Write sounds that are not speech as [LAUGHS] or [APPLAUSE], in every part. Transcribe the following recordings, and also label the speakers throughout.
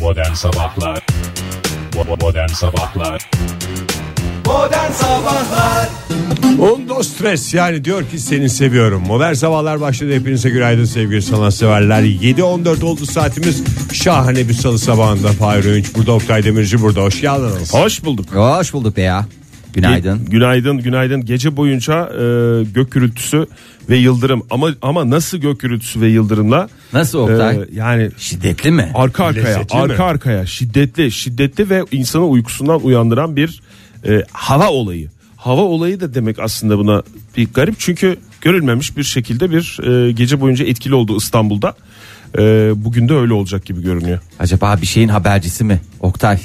Speaker 1: Modern Sabahlar Bo- Modern Sabahlar
Speaker 2: Modern Sabahlar
Speaker 3: Onda stres yani diyor ki seni seviyorum. Modern sabahlar başladı. Hepinize günaydın sevgili sanatseverler. 7.14 oldu saatimiz. Şahane bir salı sabahında. Fahir Öğünç burada, Oktay Demirci burada. Hoş geldiniz.
Speaker 4: Hoş bulduk.
Speaker 2: Hoş bulduk be ya Günaydın
Speaker 4: Ge- Günaydın, günaydın. Gece boyunca e, gök gürültüsü ve yıldırım ama ama nasıl gök gürültüsü ve yıldırımla?
Speaker 2: Nasıl Oktay?
Speaker 4: E, yani
Speaker 2: Şiddetli mi?
Speaker 4: arka arkaya,
Speaker 3: Lezzetli mi?
Speaker 4: arka arkaya, şiddetli, şiddetli ve insanı uykusundan uyandıran bir e, hava olayı. Hava olayı da demek aslında buna bir garip çünkü görülmemiş bir şekilde bir e, gece boyunca etkili oldu İstanbul'da. E, bugün de öyle olacak gibi görünüyor.
Speaker 2: Acaba bir şeyin habercisi mi Oktay?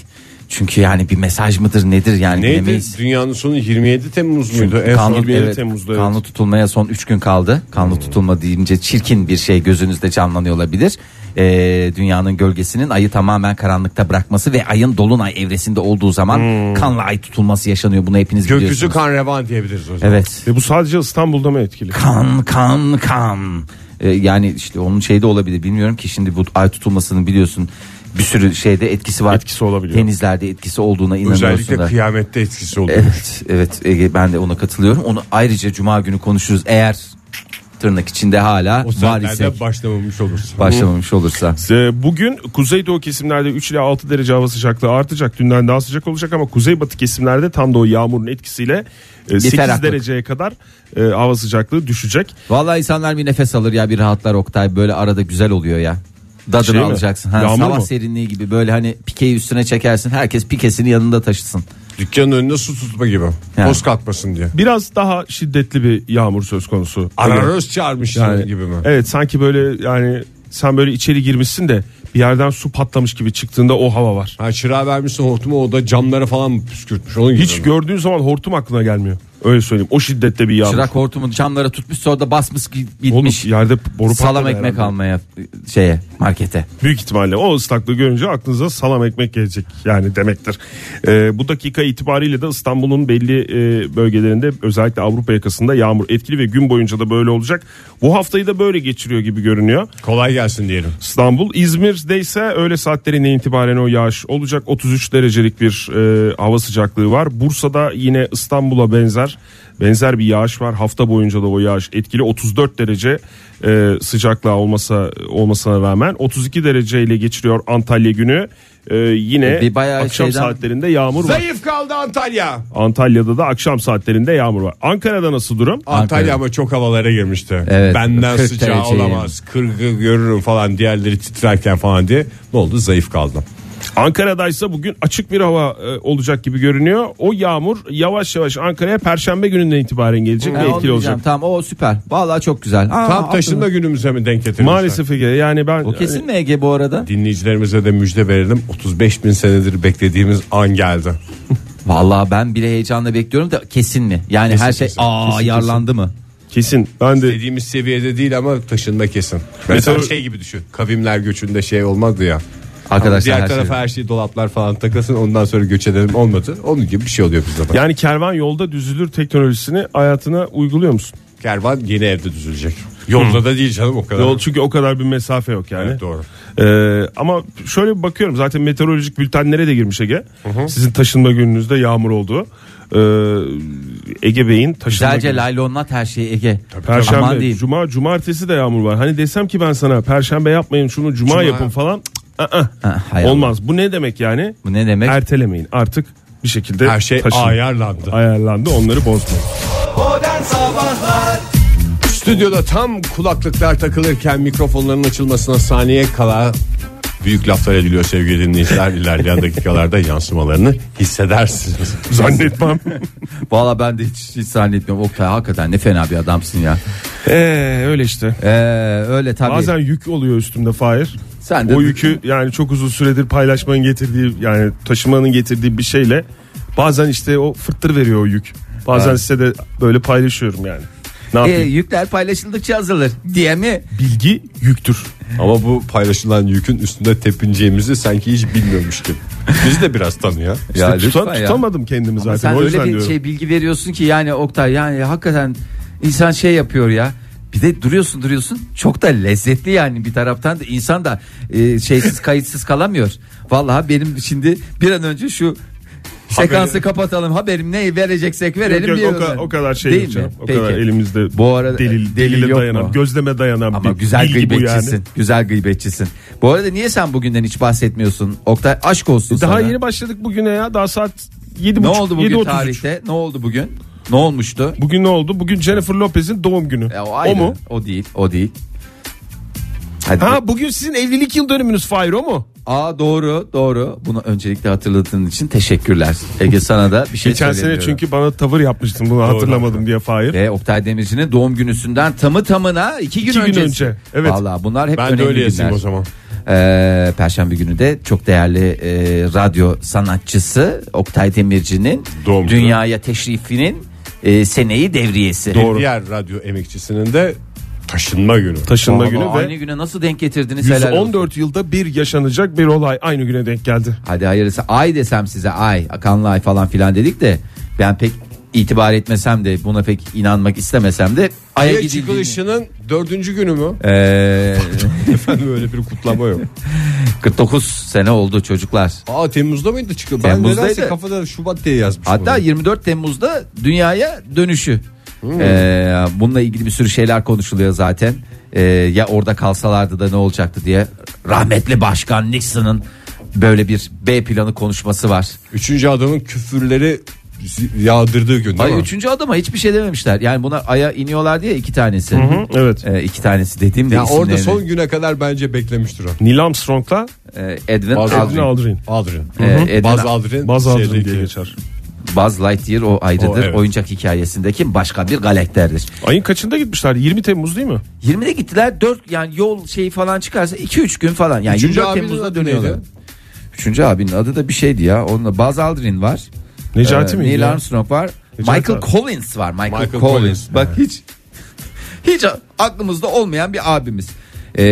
Speaker 2: Çünkü yani bir mesaj mıdır nedir yani
Speaker 3: Neydi?
Speaker 2: bilemeyiz.
Speaker 3: Dünyanın sonu 27 Temmuz muydu? En son
Speaker 2: Kanlı,
Speaker 4: bir yeri
Speaker 3: bir
Speaker 2: evet,
Speaker 4: Temmuz'da, evet.
Speaker 2: kanlı tutulmaya son 3 gün kaldı. Kanlı tutulma deyince çirkin bir şey gözünüzde canlanıyor olabilir. Ee, dünyanın gölgesinin ayı tamamen karanlıkta bırakması ve ayın dolunay evresinde olduğu zaman kanlı ay tutulması yaşanıyor. Bunu hepiniz
Speaker 3: Hmm. gökyüzü
Speaker 2: biliyorsunuz.
Speaker 3: kan revan diyebiliriz o zaman.
Speaker 2: Evet.
Speaker 4: Ve bu sadece İstanbul'da mı etkili?
Speaker 2: kan kan kan. Ee, yani işte onun şeyde olabilir bilmiyorum ki şimdi bu ay tutulmasının biliyorsun bir sürü şeyde etkisi var.
Speaker 4: Etkisi olabiliyor.
Speaker 2: Denizlerde etkisi olduğuna inanıyorsun
Speaker 3: Özellikle
Speaker 2: da.
Speaker 3: kıyamette etkisi oldu.
Speaker 2: Evet evet Ege, ben de ona katılıyorum. Onu ayrıca cuma günü konuşuruz eğer tırnak içinde hala
Speaker 3: O
Speaker 2: var
Speaker 3: saatlerde
Speaker 2: ise
Speaker 3: başlamamış olursun.
Speaker 2: başlamamış olursa.
Speaker 4: Ee, Bugün kuzeydoğu kesimlerde 3 ile 6 derece hava sıcaklığı artacak. Dünden daha sıcak olacak ama kuzeybatı kesimlerde tam da o yağmurun etkisiyle e, 8
Speaker 2: ferahlık.
Speaker 4: dereceye kadar e, hava sıcaklığı düşecek.
Speaker 2: Vallahi insanlar bir nefes alır ya bir rahatlar Oktay böyle arada güzel oluyor ya. Dadını
Speaker 4: Şey mi?
Speaker 2: alacaksın. Ha,
Speaker 4: Yağmur
Speaker 2: sabah
Speaker 4: mu?
Speaker 2: serinliği gibi böyle hani pikeyi üstüne çekersin. Herkes pikesini yanında taşısın.
Speaker 3: Dükkanın önünde su tutma gibi.
Speaker 2: Yani.
Speaker 3: Toz kalkmasın diye.
Speaker 4: Biraz daha şiddetli bir yağmur söz konusu. Öyle.
Speaker 3: Araroz çağırmış
Speaker 4: Yani,
Speaker 3: gibi mi?
Speaker 4: Evet sanki böyle yani sen böyle içeri girmişsin de bir yerden su patlamış gibi çıktığında o hava var.
Speaker 3: Ha, çırağı vermişsin hortumu o da camlara falan mı püskürtmüş? Onun gibi
Speaker 4: Hiç
Speaker 3: mi?
Speaker 4: gördüğün zaman hortum aklına gelmiyor. Öyle söyleyeyim. O şiddette bir yağmur.
Speaker 2: Çırak hortumun camlara tutmuş sonra da basmış
Speaker 4: Oğlum
Speaker 2: gitmiş.
Speaker 4: yerde boru
Speaker 2: salam
Speaker 4: patladı
Speaker 2: ekmek
Speaker 4: herhalde.
Speaker 2: almaya şeye markete.
Speaker 4: Büyük ihtimalle o ıslaklığı görünce aklınıza salam ekmek gelecek yani demektir. Ee, bu dakika itibariyle de İstanbul'un belli e, bölgelerinde özellikle Avrupa yakasında yağmur etkili ve gün boyunca da böyle olacak. Bu haftayı da böyle geçiriyor gibi görünüyor
Speaker 3: Kolay gelsin diyelim.
Speaker 4: İstanbul. İzmir'de ise öğle saatlerine itibaren o yağış olacak. 33 derecelik bir e, hava sıcaklığı var. Bursa'da yine İstanbul'a benzer benzer bir yağış var. Hafta boyunca da o yağış etkili. 34 derece e, sıcaklığa olmasa olmasına rağmen 32 dereceyle geçiriyor Antalya günü. E, yine
Speaker 2: Bir bayağı
Speaker 4: akşam
Speaker 2: şeyden-
Speaker 4: saatlerinde yağmur var.
Speaker 3: Zayıf kaldı Antalya.
Speaker 4: Antalya'da da akşam saatlerinde yağmur var. Ankara'da nasıl durum?
Speaker 3: Antalya ama çok havalara girmişti.
Speaker 2: Evet.
Speaker 3: Benden
Speaker 2: 40
Speaker 3: sıcağı
Speaker 2: derece
Speaker 3: olamaz. Kırgı görürüm falan diğerleri titrerken falan diye. Ne oldu zayıf kaldım.
Speaker 4: Ankara'daysa bugün açık bir hava e, olacak gibi görünüyor. O yağmur yavaş yavaş Ankara'ya perşembe gününden itibaren gelecek ve
Speaker 2: Ha, onu
Speaker 4: etkili
Speaker 2: diyeceğim.
Speaker 4: olacak.
Speaker 2: Tamam o süper. Vallahi çok güzel. Aa,
Speaker 3: Tam taşınma günümüze mi denk getirmişler?
Speaker 4: Maalesef Ege yani ben
Speaker 2: O kesin mi Ege bu arada?
Speaker 3: Dinleyicilerimize de müjde verelim. 35 bin senedir beklediğimiz an geldi.
Speaker 2: Vallahi ben bile heyecanla bekliyorum da kesin mi? Yani her şey
Speaker 3: kesin.
Speaker 2: aa ayarlandı mı?
Speaker 4: kesin ben de
Speaker 3: Dediğimiz seviyede değil ama taşınma kesin. Mesela
Speaker 4: Meteor-
Speaker 3: şey gibi düşün. Kavimler göçünde şey olmadı ya.
Speaker 2: Arkadaşlar
Speaker 3: Diğer
Speaker 2: her şey-
Speaker 3: tarafa her şeyi dolaplar falan takasın ondan sonra göç edelim olmadı. Onun gibi bir şey oluyor bizde.
Speaker 4: e,
Speaker 3: de.
Speaker 4: yani kervan yolda düzülür teknolojisini hayatına uyguluyor musun?
Speaker 3: Kervan yeni evde düzülecek. Yolda da değil canım o kadar.
Speaker 4: Yol çünkü o kadar bir mesafe yok yani.
Speaker 3: Evet, doğru.
Speaker 4: Ee, ama şöyle bir bakıyorum zaten meteorolojik bültenlere de girmiş Ege. Sizin taşınma gününüzde yağmur olduğu. Ee, Ege Bey'in taşınma
Speaker 2: Güzelce
Speaker 4: günü.
Speaker 2: laylonlat her şeyi Ege.
Speaker 4: Perşembe,
Speaker 2: Aman değil.
Speaker 4: cuma, cumartesi de yağmur var. Hani desem ki ben sana perşembe yapmayın şunu cuma,
Speaker 3: Cuma.
Speaker 4: yapın falan. Cık, ı, ı.
Speaker 2: Ha, hay Allah.
Speaker 4: Olmaz. Bu ne demek yani?
Speaker 2: Bu ne demek?
Speaker 4: Ertelemeyin. Artık bir
Speaker 2: [LAUGHS]
Speaker 4: şekilde
Speaker 3: Her şey
Speaker 4: taşın.
Speaker 3: ayarlandı.
Speaker 4: ayarlandı. Onları bozmayın.
Speaker 5: Modern Sabahlar
Speaker 3: Stüdyoda tam kulaklıklar takılırken mikrofonların açılmasına saniye kala büyük laflar ediliyor sevgili dinleyiciler. İlerleyen dakikalarda yansımalarını hissedersiniz.
Speaker 4: Zannetmem.
Speaker 2: Vallahi ben de hiç, hiç zannetmiyorum. Oktay hakikaten ne fena bir adamsın ya.
Speaker 4: Ee, öyle işte.
Speaker 2: Ee, öyle tabii.
Speaker 4: Bazen yük oluyor üstümde Fahir.
Speaker 2: Sen de-
Speaker 4: o yükü yani çok uzun süredir paylaşmanın getirdiği yani taşımanın getirdiği bir şeyle bazen işte o fırtır veriyor o yük. Bazen size de böyle paylaşıyorum yani. Ne
Speaker 2: Ee,
Speaker 4: yapayım? Ee,
Speaker 2: yükler paylaşıldıkça azalır diye mi?
Speaker 4: Bilgi yüktür.
Speaker 3: Ama bu paylaşılan yükün üstünde tepineceğimizi sanki hiç bilmiyormuş gibi. Biz de biraz tanıyor.
Speaker 2: Ya
Speaker 4: İşte tutan-
Speaker 2: lütfen ya.
Speaker 4: tutamadım kendimi zaten.
Speaker 2: Sen
Speaker 4: o
Speaker 2: öyle
Speaker 4: yüzden
Speaker 2: bir
Speaker 4: diyorum.
Speaker 2: şey bilgi veriyorsun ki yani Oktay yani hakikaten insan şey yapıyor ya. Bir de duruyorsun duruyorsun çok da lezzetli yani bir taraftan da insan da e, şeysiz [LAUGHS] kayıtsız kalamıyor. Vallahi benim şimdi bir an önce şu sekansı kapatalım haberim neyi vereceksek verelim
Speaker 4: Yok, yok,
Speaker 2: diyorum
Speaker 4: o, ka-
Speaker 2: ben.
Speaker 4: o kadar şey
Speaker 2: Değil
Speaker 4: yok canım.
Speaker 2: mi?
Speaker 4: O
Speaker 2: Peki.
Speaker 4: kadar elimizde
Speaker 2: Bu arada delil
Speaker 4: delil, delile
Speaker 2: yok
Speaker 4: dayanan,
Speaker 2: mu?
Speaker 4: gözleme dayanan
Speaker 2: Ama
Speaker 4: bir
Speaker 2: güzel
Speaker 4: bilgi bu yani.
Speaker 2: gıybetçisin. Güzel gıybetçisin. Bu arada niye sen bugünden hiç bahsetmiyorsun? Oktay aşk olsun
Speaker 4: E, Daha
Speaker 2: sana.
Speaker 4: yeni başladık bugüne ya. Daha saat 7.30.
Speaker 2: Ne oldu bugün
Speaker 4: 7.33.
Speaker 2: tarihte? Ne oldu bugün? Ne olmuştu?
Speaker 4: Bugün ne oldu? Bugün Jennifer Lopez'in doğum günü.
Speaker 2: E, o,
Speaker 4: o,
Speaker 2: ayrı.
Speaker 4: mu?
Speaker 2: O değil. O değil. Hadi.
Speaker 4: Ha bugün sizin evlilik yıl dönümünüz Fahir o mu?
Speaker 2: Aa doğru doğru. Bunu öncelikle hatırladığın için teşekkürler. Ege sana da bir şey
Speaker 4: Geçen sene
Speaker 2: söylemiyorum.
Speaker 4: çünkü bana tavır yapmıştın bunu hatırlamadım diye Fahir.
Speaker 2: Ve Oktay Demirci'nin doğum günüsünden tamı tamına iki gün
Speaker 4: İki gün
Speaker 2: öncesi.
Speaker 4: önce, evet.
Speaker 2: Valla bunlar hep
Speaker 3: Ben
Speaker 2: önemli
Speaker 3: de öyle
Speaker 2: günler.
Speaker 3: yazayım o zaman.
Speaker 2: Ee, Perşembe günü de çok değerli e, radyo sanatçısı Oktay Demirci'nin
Speaker 3: Doğum günü.
Speaker 2: dünyaya teşrifinin e, seneyi devriyesi.
Speaker 3: Bir diğer radyo emekçisinin de taşınma günü.
Speaker 4: Taşınma
Speaker 2: Valla
Speaker 4: günü
Speaker 2: aynı
Speaker 4: ve
Speaker 2: güne nasıl denk getirdiniz helal olsun.
Speaker 4: 114 yılda bir yaşanacak bir olay aynı güne denk geldi.
Speaker 2: Hadi hayırlısı ay desem size ay akanlı ay falan filan dedik de ben pek itibar etmesem de buna pek inanmak istemesem de aya
Speaker 3: Aya
Speaker 2: gidildiğini-
Speaker 3: çıkılışının dördüncü günü mü?
Speaker 2: Ee,
Speaker 3: [LAUGHS] Efendim öyle bir
Speaker 2: [LAUGHS]
Speaker 3: kutlama yok.
Speaker 2: 49 sene oldu çocuklar.
Speaker 3: Aa Temmuz'da mıydı çıkıyor? Ben
Speaker 2: Temmuz'daydı.
Speaker 3: nedense kafada Şubat diye yazmış.
Speaker 2: Hatta
Speaker 3: bunu.
Speaker 2: 24 Temmuz'da dünyaya dönüşü.
Speaker 3: Hmm.
Speaker 2: Ee, bununla ilgili bir sürü şeyler konuşuluyor zaten. Ee, ya orada kalsalardı da ne olacaktı diye. Rahmetli Başkan Nixon'ın böyle bir B planı konuşması var.
Speaker 3: Üçüncü adamın küfürleri yağdırdığı gün değil
Speaker 2: Ay
Speaker 3: mi?
Speaker 2: üçüncü adama hiçbir şey dememişler. Yani buna aya iniyorlar diye iki tanesi.
Speaker 4: Evet.
Speaker 2: Ee, iki tanesi dediğim de
Speaker 3: Ya
Speaker 2: isimlerini.
Speaker 3: orada son güne kadar bence beklemiştir o.
Speaker 4: Neil Armstrong'la
Speaker 2: Ee, Edwin
Speaker 3: Baz
Speaker 4: Edwin
Speaker 2: Aldrin.
Speaker 4: Aldrin.
Speaker 3: Aldrin.
Speaker 2: Ee, Edwin-
Speaker 3: Baz Aldrin.
Speaker 4: Baz Aldrin
Speaker 3: şeydeki-
Speaker 4: diye geçer.
Speaker 2: Buzz Lightyear o ayrıdır.
Speaker 3: O, evet.
Speaker 2: Oyuncak hikayesindeki başka bir galakterdir.
Speaker 4: Ayın kaçında gitmişler? 20 Temmuz değil mi?
Speaker 2: 20'de gittiler 4 yani yol şeyi falan çıkarsa 2-3 gün falan. Yani
Speaker 3: Üçüncü
Speaker 2: 24
Speaker 3: abinin
Speaker 2: Temmuz'da
Speaker 3: adı
Speaker 2: dönüyorlar.
Speaker 3: neydi?
Speaker 2: Üçüncü abinin adı da bir şeydi ya. Onunla Buzz Aldrin var.
Speaker 4: Necati
Speaker 2: Ee,
Speaker 4: miydi?
Speaker 2: Neil
Speaker 4: ya?
Speaker 2: Armstrong var.
Speaker 4: Necati
Speaker 2: Michael
Speaker 4: abi.
Speaker 2: Collins var. Michael,
Speaker 3: Michael
Speaker 2: Collins.
Speaker 3: Collins.
Speaker 2: Bak hiç [LAUGHS] hiç aklımızda olmayan bir abimiz. Ee,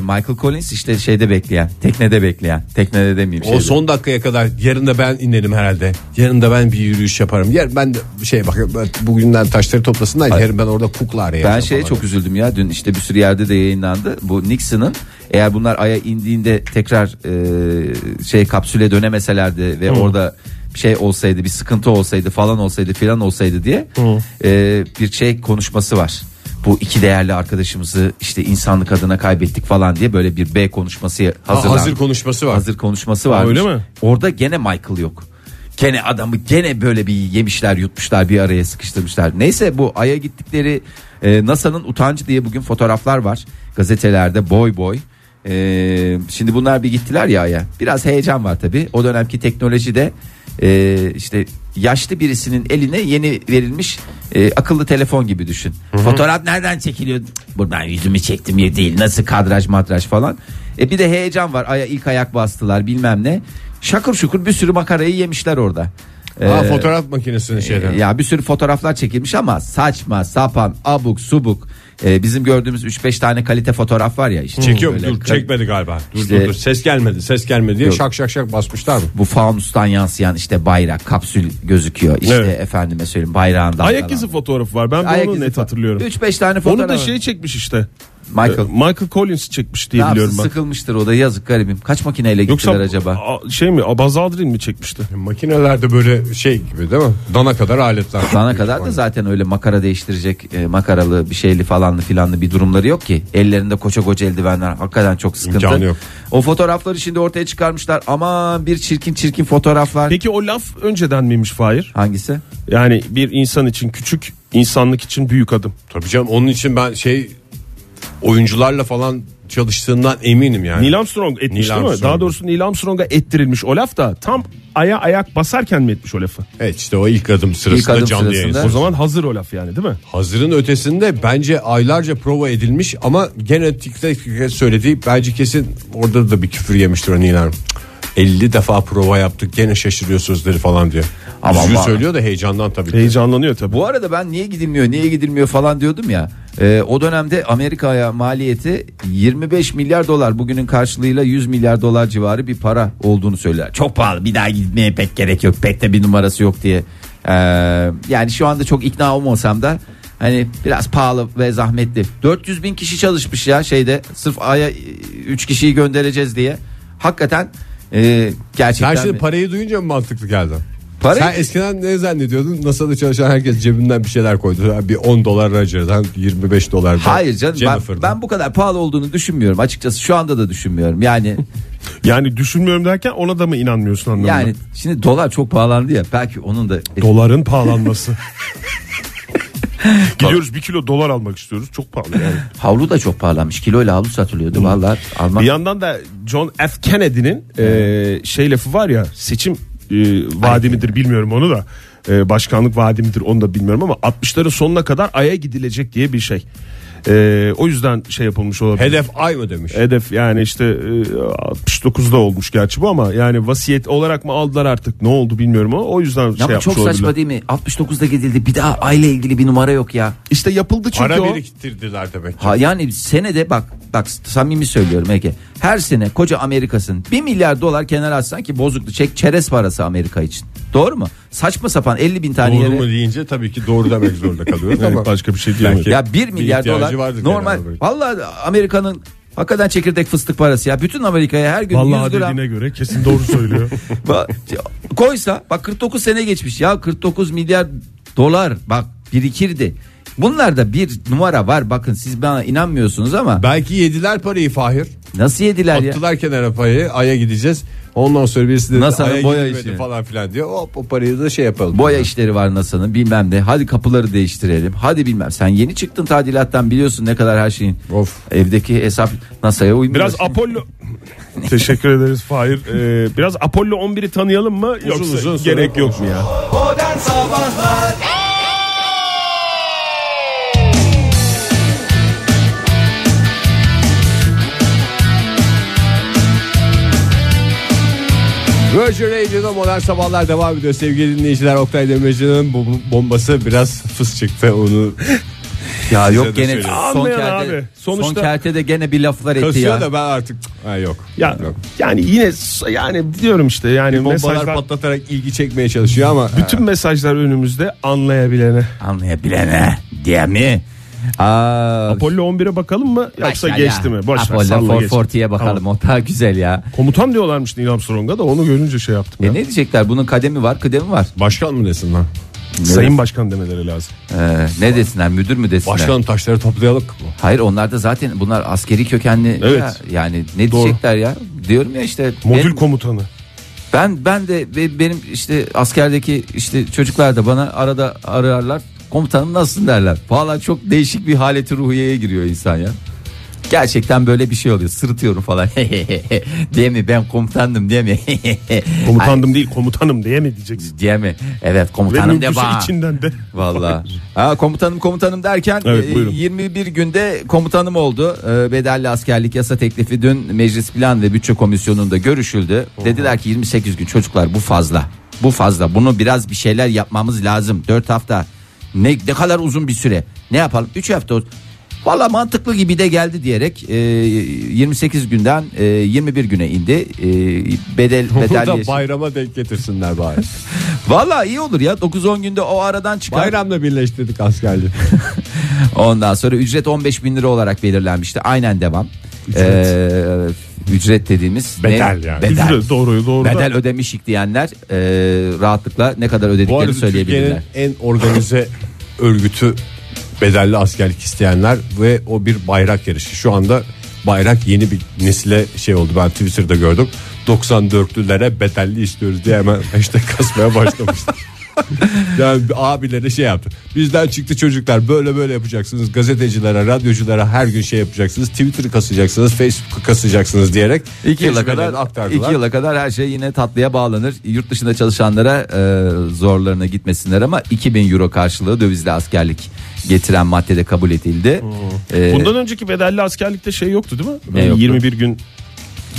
Speaker 2: Michael Collins işte şeyde bekleyen, teknede bekleyen, teknede demeyeyim
Speaker 3: O
Speaker 2: şeyde.
Speaker 3: son dakikaya kadar yarın da ben inerim herhalde. Yarın da ben bir yürüyüş yaparım. Yer ben de şey bak bugünden taşları toplasınlar. Yarın ben orada kukla arayacağım.
Speaker 2: Ben şeye çok üzüldüm ya dün işte bir sürü yerde de yayınlandı. Bu Nixon'ın eğer bunlar aya indiğinde tekrar e, şey kapsüle dönemeselerdi ve orada bir şey olsaydı bir sıkıntı olsaydı falan olsaydı filan olsaydı diye e, bir şey konuşması var. Bu iki değerli arkadaşımızı işte insanlık adına kaybettik falan diye böyle bir B konuşması
Speaker 3: hazır,
Speaker 2: hazırlandı.
Speaker 3: konuşması var.
Speaker 2: Hazır konuşması varmış.
Speaker 4: öyle mi?
Speaker 2: Orada gene Michael yok. Gene adamı gene böyle bir yemişler yutmuşlar bir araya sıkıştırmışlar. Neyse bu Ay'a gittikleri e, NASA'nın utancı diye bugün fotoğraflar var gazetelerde boy boy. E, şimdi bunlar bir gittiler ya Ay'a biraz heyecan var tabi o dönemki teknolojide e, işte yaşlı birisinin eline yeni verilmiş e, akıllı telefon gibi düşün. Fotoğraf nereden çekiliyor? Cık, Buradan yüzümü çektim ya değil. Nasıl kadraj madraj falan. E bir de heyecan var. Aya ilk ayak bastılar bilmem ne. Şakır şukur bir sürü makarayı yemişler orada.
Speaker 3: Ha,
Speaker 2: Ee,
Speaker 3: fotoğraf makinesinin şeyden.
Speaker 2: ya bir sürü fotoğraflar çekilmiş ama saçma sapan abuk subuk Ee, bizim gördüğümüz 3-5 tane kalite fotoğraf var ya işte.
Speaker 3: Çekiyor mu?
Speaker 2: Böyle
Speaker 3: Dur
Speaker 2: kal-
Speaker 3: çekmedi galiba. Dur
Speaker 2: İşte-
Speaker 3: dur dur ses gelmedi ses gelmedi diye
Speaker 2: Yok.
Speaker 3: şak şak şak basmışlar mı?
Speaker 2: Bu fanustan yansıyan işte bayrak kapsül gözüküyor. İşte
Speaker 4: Evet.
Speaker 2: efendime söyleyeyim bayrağın
Speaker 4: Ayak
Speaker 2: dalgalanması.
Speaker 4: izi fotoğrafı var. Ben
Speaker 2: Ayak
Speaker 4: bunu
Speaker 2: izi
Speaker 4: net
Speaker 2: fa-
Speaker 4: hatırlıyorum.
Speaker 2: 3-5 tane fotoğraf.
Speaker 4: Onu da
Speaker 2: var.
Speaker 4: şey çekmiş işte.
Speaker 2: Michael.
Speaker 4: Ee, Michael Collins çekmiş diye
Speaker 2: Ne yapsın,
Speaker 4: biliyorum ben.
Speaker 2: sıkılmıştır o da yazık garibim. Kaç makineyle
Speaker 4: Yoksa
Speaker 2: gittiler acaba?
Speaker 4: a- şey mi? A- Baz Aldrin mi çekmişti?
Speaker 3: Makinelerde E, böyle şey gibi değil mi? Dana kadar aletler.
Speaker 2: Sana kadar da zaten öyle makara değiştirecek e, makaralı bir şeyli falanlı filanlı bir durumları yok ki. Ellerinde koça koca eldivenler hakikaten çok sıkıntı.
Speaker 3: İmkanı yok.
Speaker 2: O fotoğrafları şimdi ortaya çıkarmışlar. Aman bir çirkin çirkin fotoğraflar.
Speaker 4: Peki o laf önceden miymiş Fahir?
Speaker 2: Hangisi?
Speaker 4: Yani bir insan için küçük, insanlık için büyük adım.
Speaker 3: Tabii canım onun için ben şey oyuncularla falan çalıştığından eminim yani.
Speaker 4: Neil Armstrong etmiş
Speaker 3: Neil
Speaker 4: değil mi?
Speaker 3: Armstrong.
Speaker 4: Daha doğrusu Neil Armstrong'a ettirilmiş o laf da tam aya ayak basarken mi etmiş o lafı?
Speaker 3: Evet işte o ilk adım sırasında
Speaker 2: adım
Speaker 3: canlı
Speaker 2: sırasında.
Speaker 3: yayın.
Speaker 4: O zaman hazır o laf yani değil mi?
Speaker 3: Hazırın ötesinde bence aylarca prova edilmiş ama genetikte söylediği bence kesin orada da bir küfür yemiştir o Nil Hanım. 50 defa prova yaptık gene şaşırıyor sözleri falan diyor.
Speaker 2: Ama
Speaker 3: Ama Üzgün
Speaker 2: ama-
Speaker 3: söylüyor da heyecandan tabii. ki.
Speaker 4: Heyecanlanıyor tabii.
Speaker 2: Bu arada ben niye gidilmiyor niye gidilmiyor falan diyordum ya. E, o dönemde Amerika'ya maliyeti 25 milyar dolar bugünün karşılığıyla 100 milyar dolar civarı bir para olduğunu söyler. Çok pahalı bir daha gitmeye Ee, pek gerek yok pek de bir numarası yok diye. E, yani şu anda çok ikna olmasam da Hani biraz pahalı ve zahmetli. 400 bin kişi çalışmış ya şeyde sırf Ay'a 3 kişiyi göndereceğiz diye. Hakikaten e, gerçekten.
Speaker 3: Sen şimdi
Speaker 2: mi?
Speaker 3: parayı duyunca mı mantıklı geldi?
Speaker 2: Parayı-
Speaker 3: Sen eskiden ne zannediyordun? NASA'da çalışan herkes cebinden bir şeyler koydu. Ha, Bir 10 dolar Roger'dan 25 dolar. da
Speaker 2: Hayır canım ben,
Speaker 3: Jennifer'dan.
Speaker 2: ben bu kadar pahalı olduğunu düşünmüyorum açıkçası şu anda da düşünmüyorum yani
Speaker 4: [LAUGHS] Yani düşünmüyorum derken ona da mı inanmıyorsun anlamında?
Speaker 2: yani şimdi dolar çok pahalandı ya belki onun da
Speaker 4: Doların pahalanması. Gidiyoruz bir kilo dolar almak istiyoruz. Çok pahalı yani.
Speaker 2: [LAUGHS] havlu da çok pahalanmış kiloyla havlu satılıyordu vallahi almak
Speaker 4: Hmm. Bir yandan da John F. Kennedy'nin e, şey lafı var ya seçim e, vaadi midir bilmiyorum onu da. E, başkanlık vaadi midir onu da bilmiyorum ama 60'ların sonuna kadar Ay'a gidilecek diye bir şey. E, o yüzden şey yapılmış olabilir.
Speaker 3: Hedef ay mı demiş?
Speaker 4: Hedef yani işte e, 69'da olmuş gerçi bu ama yani vasiyet olarak mı aldılar artık ne oldu bilmiyorum ama o yüzden şey
Speaker 2: Ya ama
Speaker 4: yapmış
Speaker 2: çok
Speaker 4: olabilirler.
Speaker 2: saçma değil mi 69'da gidildi bir daha aile ilgili bir numara yok ya
Speaker 4: İşte yapıldı çünkü
Speaker 3: Para
Speaker 4: o.
Speaker 3: biriktirdiler demek.
Speaker 2: Ha, yani senede bak bak samimi söylüyorum Ege. Her sene koca Amerika'sın 1 milyar dolar kenara atsan ki bozuklu çek çerez parası Amerika için. Doğru mu? Saçma sapan 50 bin tane
Speaker 3: Doğru
Speaker 2: yere.
Speaker 3: mu deyince tabii ki doğru demek zorunda [LAUGHS] kalıyoruz
Speaker 4: Evet,
Speaker 3: ama.
Speaker 4: başka bir şey diyemedim.
Speaker 2: Ya 1 milyar
Speaker 3: ihtiyacı
Speaker 2: dolar
Speaker 3: vardır
Speaker 2: normal.
Speaker 3: herhalde.
Speaker 2: Vallahi Amerika'nın hakikaten çekirdek fıstık parası ya. Bütün Amerika'ya her gün 100
Speaker 4: Vallahi
Speaker 2: [LAUGHS] gram
Speaker 4: dediğine göre kesin doğru söylüyor.
Speaker 2: Ba- koysa bak 49 sene geçmiş ya 49 milyar dolar bak birikirdi. Bunlarda bir numara var bakın siz bana inanmıyorsunuz ama
Speaker 3: Belki yediler parayı Fahir.
Speaker 2: nasıl yediler ya?
Speaker 3: Attılar kenara parayı. Ay'a gideceğiz. Ondan sonra birisi dedi
Speaker 2: NASA'nın
Speaker 3: Ay'a
Speaker 2: boya
Speaker 3: gidilmedi
Speaker 2: işi.
Speaker 3: falan filan diyor. Hop o parayı da şey yapalım.
Speaker 2: Boya işleri var NASA'nın bilmem ne. Hadi kapıları değiştirelim. Hadi bilmem. Sen yeni çıktın tadilattan biliyorsun ne kadar her şeyin.
Speaker 3: Of.
Speaker 2: Evdeki hesap NASA'ya uymuyor.
Speaker 4: [LAUGHS] Biraz Apollo
Speaker 2: [LAUGHS]
Speaker 4: Teşekkür ederiz Fahir. Ee, biraz Apollo 11'i tanıyalım mı? Yoksa
Speaker 3: uzun sonra
Speaker 4: gerek yok mu ya?
Speaker 5: Modern Sabahlar
Speaker 3: Virgin Radio'da modern sabahlar devam ediyor. Sevgili dinleyiciler Oktay Demirci'nin bu bombası biraz fıs çıktı. Onu
Speaker 2: ya yok
Speaker 3: de
Speaker 2: gene
Speaker 3: söyleyeyim.
Speaker 2: son
Speaker 4: Anlayan
Speaker 2: kerte,
Speaker 4: abi.
Speaker 2: son
Speaker 4: Sonuçta-
Speaker 2: kerte de gene bir laflar etti
Speaker 3: kasıyor
Speaker 2: ya.
Speaker 3: da ben artık ha, yok.
Speaker 4: Ya
Speaker 3: Yok.
Speaker 4: yani yine s- yani diyorum işte yani
Speaker 3: Bombalar
Speaker 4: mesajlar
Speaker 3: patlatarak ilgi çekmeye çalışıyor ama
Speaker 4: bütün mesajlar önümüzde anlayabilene.
Speaker 2: Anlayabilene diye mi? Aa,
Speaker 4: Apollo 11'e bakalım mı yoksa
Speaker 2: başla ya.
Speaker 4: geçti mi? Boş ver,
Speaker 2: Apollo
Speaker 4: salla geçti.
Speaker 2: 440'ye bakalım
Speaker 4: Tamam.
Speaker 2: o daha güzel ya.
Speaker 4: Komutan diyorlarmış Neil Armstrong'a da onu görünce şey yaptım
Speaker 2: E
Speaker 4: ya.
Speaker 2: ne diyecekler bunun kademi var kıdemi var.
Speaker 3: başkan mı desin lan?
Speaker 4: Sayın Başkan demeleri lazım.
Speaker 2: Ee, ne desinler müdür mü desinler.
Speaker 3: Başkan taşları toplayalım mı?
Speaker 2: Hayır onlar da zaten bunlar askeri kökenli.
Speaker 4: Evet.
Speaker 2: ya. yani ne diyecekler ya? Diyorum ya işte.
Speaker 4: Modül
Speaker 2: benim-
Speaker 4: komutanı.
Speaker 2: Ben ben de ve benim işte askerdeki işte çocuklar da bana arada ararlar. Komutanım nasılsın derler. Valla çok değişik bir haleti ruhiyeye giriyor insan ya. Gerçekten böyle bir şey oluyor. Sırıtıyorum falan. [LAUGHS] diye mi ben komutandım diye mi? [LAUGHS]
Speaker 4: Komutandım değil komutanım diye mi diyeceksin?
Speaker 2: Ay, diye mi? Evet
Speaker 4: Ve
Speaker 2: komutanım de
Speaker 4: mümkünse
Speaker 2: bana.
Speaker 4: içinden de.
Speaker 2: Valla. Ha, komutanım komutanım derken
Speaker 4: Evet,
Speaker 2: e,
Speaker 4: buyurun.
Speaker 2: 21 günde komutanım oldu. E, Bedelli askerlik yasa teklifi dün Meclis Plan ve Bütçe Komisyonu'nda görüşüldü. Dediler ki 28 gün çocuklar bu fazla. Bu fazla. Bunu biraz bir şeyler yapmamız lazım. 4 hafta. Ne ne kadar uzun bir süre. Ne yapalım? 3 hafta. olsun. Valla mantıklı gibi de geldi diyerek e, 28 günden e, 21 güne indi. E,
Speaker 4: [LAUGHS]
Speaker 2: bedel
Speaker 3: Bunu da
Speaker 2: bedelli.
Speaker 3: bayrama denk getirsinler bari.
Speaker 2: Valla iyi olur ya 9-10 günde o aradan çıkar.
Speaker 3: Bayramla birleştirdik askerliği.
Speaker 2: [LAUGHS] Ondan sonra ücret 15 bin lira olarak belirlenmişti. Aynen devam. Ücret, ücret dediğimiz ne?
Speaker 3: Bedel yani.
Speaker 2: Bedel.
Speaker 4: Doğru doğru. doğru da.
Speaker 2: Bedel ödemişik diyenler e, rahatlıkla ne kadar
Speaker 3: Bu arada
Speaker 2: ödediklerini
Speaker 3: Türkiye'nin
Speaker 2: söyleyebilirler.
Speaker 3: en organize [LAUGHS] örgütü bedelli askerlik isteyenler ve o bir bayrak yarışı. Şu anda bayrak yeni bir nesile şey oldu ben Twitter'da gördüm. 94'lülere bedelli istiyoruz diye hemen [LAUGHS] işte
Speaker 2: [LAUGHS]
Speaker 3: kasmaya başlamışlar. Yani abileri şey yaptı. Bizden çıktı çocuklar böyle böyle yapacaksınız. Gazetecilere, radyoculara her gün şey yapacaksınız. Twitter'ı kasacaksınız, Facebook'u kasacaksınız diyerek
Speaker 2: İki yıla kadar
Speaker 3: tecrübelerini aktardılar.
Speaker 2: iki yıla kadar her şey yine tatlıya bağlanır. Yurt dışında çalışanlara e, zorlarına gitmesinler ama 2000 euro karşılığı dövizli askerlik getiren maddede kabul edildi. E,
Speaker 4: Bundan önceki bedelli askerlikte şey yoktu değil mi?
Speaker 2: Ne
Speaker 4: Yani
Speaker 2: yoktu?
Speaker 4: 21 gün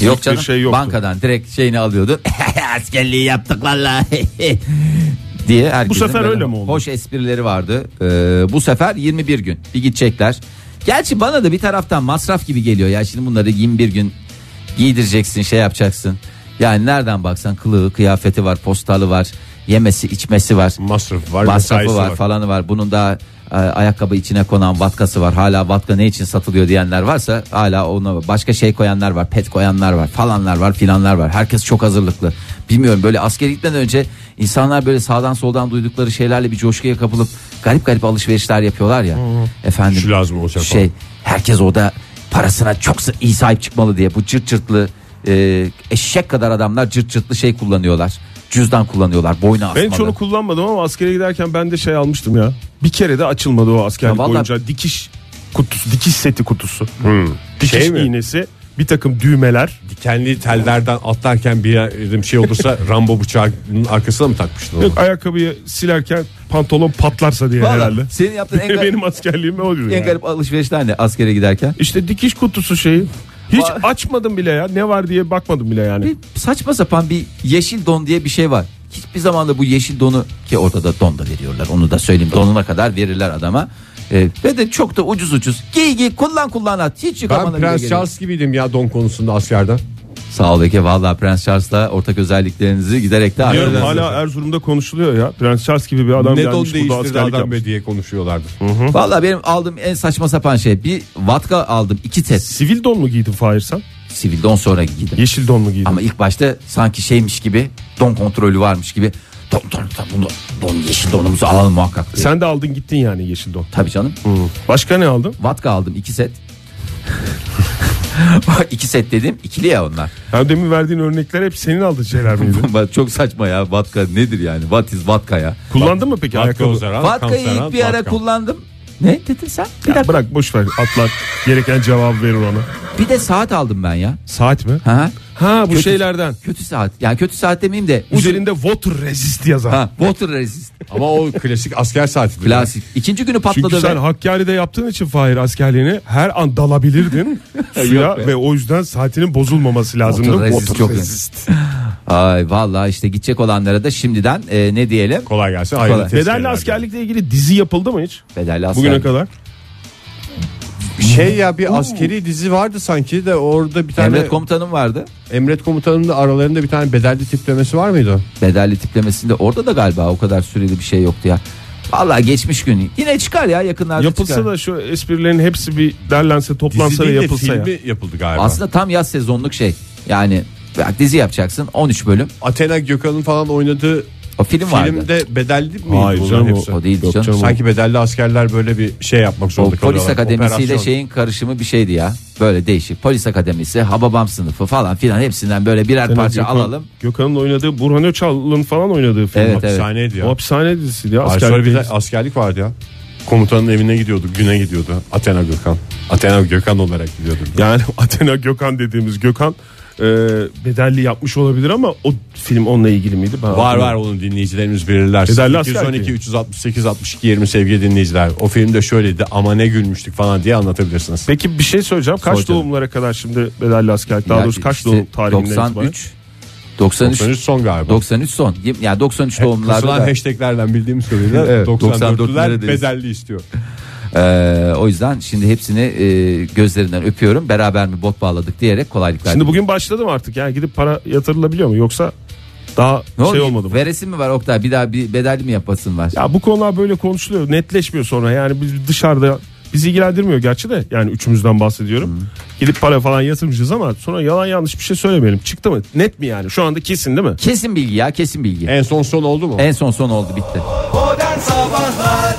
Speaker 2: Yok
Speaker 4: bir
Speaker 2: canım
Speaker 4: şey yoktu.
Speaker 2: bankadan direkt şeyini alıyordu. [LAUGHS] Askerliği yaptık valla. [LAUGHS] diye herkesin
Speaker 4: Bu sefer
Speaker 2: böyle
Speaker 4: öyle mi oldu?
Speaker 2: Hoş esprileri vardı. Ee, bu sefer 21 gün bir gidecekler. Gerçi bana da bir taraftan masraf gibi geliyor ya. Şimdi bunları 21 gün giydireceksin, şey yapacaksın. Yani nereden baksan kılığı, kıyafeti var, postalı var, yemesi, içmesi var
Speaker 3: Masrafı var,
Speaker 2: masrafı
Speaker 3: mesaisi
Speaker 2: var, falanı var. Bunun da e, ayakkabı içine konan vatkası var. Hala vatka ne için satılıyor diyenler varsa hala ona başka şey koyanlar var. Pet koyanlar var. Falanlar var filanlar var. Herkes çok hazırlıklı. Bilmiyorum böyle askere gitmeden önce insanlar böyle sağdan soldan duydukları şeylerle bir coşkuya kapılıp garip garip alışverişler yapıyorlar ya. Efendim.
Speaker 3: Şu lazım olacak
Speaker 2: Şey herkes orada parasına çok sı- iyi sahip çıkmalı diye bu cırt cırtlı e, eşek kadar adamlar cırt cırtlı şey kullanıyorlar. Cüzdan kullanıyorlar. Boyna asmalı.
Speaker 4: Ben hiç onu kullanmadım ama askere giderken ben de şey almıştım ya. Bir kere de açılmadı o askerlik
Speaker 2: Ya vallahi-
Speaker 4: boyunca dikiş kutusu, dikiş seti kutusu. Dikiş
Speaker 3: Şey mi?
Speaker 4: iğnesi, bir takım düğmeler.
Speaker 3: Dikenli tellerden atlarken bir yerim
Speaker 4: [LAUGHS]
Speaker 3: şey olursa Rambo bıçağının arkasına mı takmıştın onu?
Speaker 4: Yok, ayakkabıyı silerken pantolon patlarsa diye
Speaker 2: Vallahi
Speaker 4: herhalde.
Speaker 2: Senin yaptığın
Speaker 4: [LAUGHS]
Speaker 2: en garip,
Speaker 4: Benim askerliğim o diyor.
Speaker 2: en
Speaker 4: yani.
Speaker 2: garip alışverişler ne askere giderken?
Speaker 4: İşte dikiş kutusu şeyi. Hiç
Speaker 2: Va-
Speaker 4: açmadım bile ya. Ne var diye bakmadım bile yani.
Speaker 2: Bir saçma sapan bir yeşil don diye bir şey var. Hiçbir zaman da bu yeşil donu ki orada da don da veriyorlar onu da söyleyeyim donuna kadar verirler adama. Ee, ve de çok da ucuz ucuz. Giy giy kullan kullan at. Hiç
Speaker 3: Ben
Speaker 2: yıkamana bile
Speaker 3: Prens
Speaker 2: gerek yok.
Speaker 3: Charles gibiydim ya don konusunda askerden.
Speaker 2: Sağ ol Ege. Valla Prens Charles'la ortak özelliklerinizi giderek de
Speaker 4: Diyorum
Speaker 2: artıracaksınız.
Speaker 4: hala Erzurum'da konuşuluyor ya. Prens Charles gibi bir adam
Speaker 3: ne don
Speaker 4: gelmiş burada
Speaker 3: değiştirdi
Speaker 4: askerlik
Speaker 3: adam
Speaker 4: yapmış.
Speaker 3: be diye konuşuyorlardı.
Speaker 2: Valla benim aldığım en saçma sapan şey bir vatka aldım iki tet.
Speaker 4: Sivil don mu giydin Fahir sen?
Speaker 2: Sivil don sonra giydim.
Speaker 4: Yeşil don mu giydin?
Speaker 2: Ama ilk başta sanki şeymiş gibi don kontrolü varmış gibi. Don, don, don, don, don yeşil donumuzu alalım muhakkak. Tabi
Speaker 4: Sen de aldın gittin yani yeşil don.
Speaker 2: Tabii canım.
Speaker 4: Başka ne aldın?
Speaker 2: Vatka aldım iki
Speaker 4: [LAUGHS]
Speaker 2: set. iki set dedim ikili ya onlar.
Speaker 4: Ya demin verdiğin örnekler hep senin aldığın şeyler miydi?
Speaker 2: [LAUGHS] Bak Çok saçma ya vatka nedir yani? What is vatka ya?
Speaker 4: Kullandın mı peki ayakkabı?
Speaker 2: Vatkayı ilk bir ara kullandım. Ne dedin sen? Bir,
Speaker 4: Ya
Speaker 2: dakika.
Speaker 4: bırak boş ver atlar gereken cevabı verir ona.
Speaker 2: bir de saat aldım ben ya.
Speaker 4: Saat mi?
Speaker 2: Ha?
Speaker 4: Ha bu
Speaker 2: Kötü-
Speaker 4: şeylerden.
Speaker 2: Kötü saat. Yani kötü saat demeyeyim de.
Speaker 4: Üzerinde water resist yazan.
Speaker 2: Ha, water resist.
Speaker 3: [LAUGHS] Ama o klasik asker saatidir.
Speaker 2: Plastik. İkinci günü patladı
Speaker 4: Çünkü
Speaker 2: ve-
Speaker 4: sen Hakkari'de yaptığın için Fahir askerliğini her an dalabilirdin
Speaker 2: [LAUGHS]
Speaker 4: suya
Speaker 2: Yok be.
Speaker 4: ve o yüzden saatinin bozulmaması lazımdı.
Speaker 2: Water resist
Speaker 4: Water
Speaker 2: çok iyi.
Speaker 4: resist.
Speaker 2: [LAUGHS] Ay vallahi işte gidecek olanlara da şimdiden e, ne diyelim?
Speaker 3: Kolay gelsin. Hayırlı
Speaker 2: Kolay.
Speaker 3: tezkereler.
Speaker 4: Bedelli askerlikle ilgili dizi yapıldı mı hiç?
Speaker 2: Bedelli asker.
Speaker 4: Bugüne kadar.
Speaker 3: Şey ya bir askeri dizi vardı sanki de orada bir tane
Speaker 2: Emret komutanım vardı.
Speaker 3: Emret Komutanı'nın da aralarında bir tane bedelli tiplemesi var mıydı?
Speaker 2: Bedelli tiplemesinde orada da galiba o kadar süreli bir şey yoktu ya. Vallahi geçmiş gün. Yine çıkar ya yakınlarda
Speaker 4: Yapılsa
Speaker 2: çıkar.
Speaker 4: da şu esprilerin hepsi bir derlense toplansa ve
Speaker 3: değil de
Speaker 4: yapılsa ya.
Speaker 3: filmi yapıldı galiba.
Speaker 2: Aslında tam yaz sezonluk şey. Yani bak dizi yapacaksın 13 bölüm.
Speaker 3: Athena Gökhan'ın falan oynadığı
Speaker 2: O film vardı.
Speaker 3: filmde bedelli miydi
Speaker 4: Hayır
Speaker 3: bunların
Speaker 4: canım, o-
Speaker 3: hepsi?
Speaker 2: o değildi canım.
Speaker 3: Sanki bedelli askerler böyle bir şey yapmak
Speaker 2: O
Speaker 3: zorunda
Speaker 2: polis
Speaker 3: kalıyorlar.
Speaker 2: akademisiyle
Speaker 3: Operasyon.
Speaker 2: şeyin karışımı bir şeydi ya. Böyle değişik. Polis akademisi, Hababam sınıfı falan filan hepsinden böyle birer parça
Speaker 4: Gökhan-
Speaker 2: alalım.
Speaker 4: Gökhan'ın oynadığı Burhan Öçal'ın falan oynadığı film.
Speaker 2: Evet, evet.
Speaker 3: Hapishaneydi ya.
Speaker 4: O hapishane dizisiydi ya.
Speaker 3: Hayır,
Speaker 4: Askerlik
Speaker 3: sonra bir de
Speaker 4: dizisi.
Speaker 3: askerlik vardı ya. Komutanın evine gidiyordu, güne gidiyordu. Athena Gökhan. Athena Gökhan olarak gidiyordu.
Speaker 4: Yani [LAUGHS] Athena Gökhan dediğimiz Gökhan e, bedelli yapmış olabilir ama o film onunla ilgili miydi? Ben
Speaker 3: Var var
Speaker 4: hatırlamıyorum.
Speaker 3: onun dinleyicilerimiz bilirler.
Speaker 4: Bedelli asker
Speaker 3: 212
Speaker 4: diye.
Speaker 3: 368 62 20 sevgili dinleyiciler. O filmde şöyleydi ama ne gülmüştük falan diye anlatabilirsiniz.
Speaker 4: Peki bir şey söyleyeceğim. Kaç
Speaker 2: Sor canım.
Speaker 4: doğumlara kadar şimdi bedelli askerlik? Daha
Speaker 2: Ya
Speaker 4: doğrusu kaç
Speaker 2: işte
Speaker 4: doğum tarihinden 93.
Speaker 2: 93 93
Speaker 3: 93 son galiba.
Speaker 2: 93 son. Ya yani 93 doğumlarda
Speaker 3: Kısılan
Speaker 2: da,
Speaker 3: hashtaglerden bildiğimiz kadarıyla
Speaker 2: Evet,
Speaker 3: 94'lüler
Speaker 2: 94'lere de-
Speaker 3: bedelli istiyor.
Speaker 2: Ee, o yüzden şimdi hepsini e, gözlerinden öpüyorum. Beraber mi bot bağladık diyerek kolaylıklar.
Speaker 4: Şimdi
Speaker 2: diliyorum.
Speaker 4: bugün başladım artık. Yani gidip para yatırılabiliyor mu? Yoksa daha
Speaker 2: Ne
Speaker 4: şey
Speaker 2: oldu?
Speaker 4: olmadı mı?
Speaker 2: Veresin mi var Oktay? Bir daha bir bedelli mi yapasın var?
Speaker 4: Ya bu konular böyle konuşuluyor. Netleşmiyor sonra. Yani biz dışarıda bizi ilgilendirmiyor gerçi de. Yani üçümüzden bahsediyorum.
Speaker 2: Hmm.
Speaker 4: Gidip para falan yatırmayacağız ama sonra yalan yanlış bir şey söylemeyelim. Çıktı mı? Net mi yani? Şu anda kesin değil mi?
Speaker 2: Kesin bilgi ya kesin bilgi.
Speaker 3: En son son oldu mu?
Speaker 2: En son son oldu bitti.
Speaker 5: Modern Sabahlar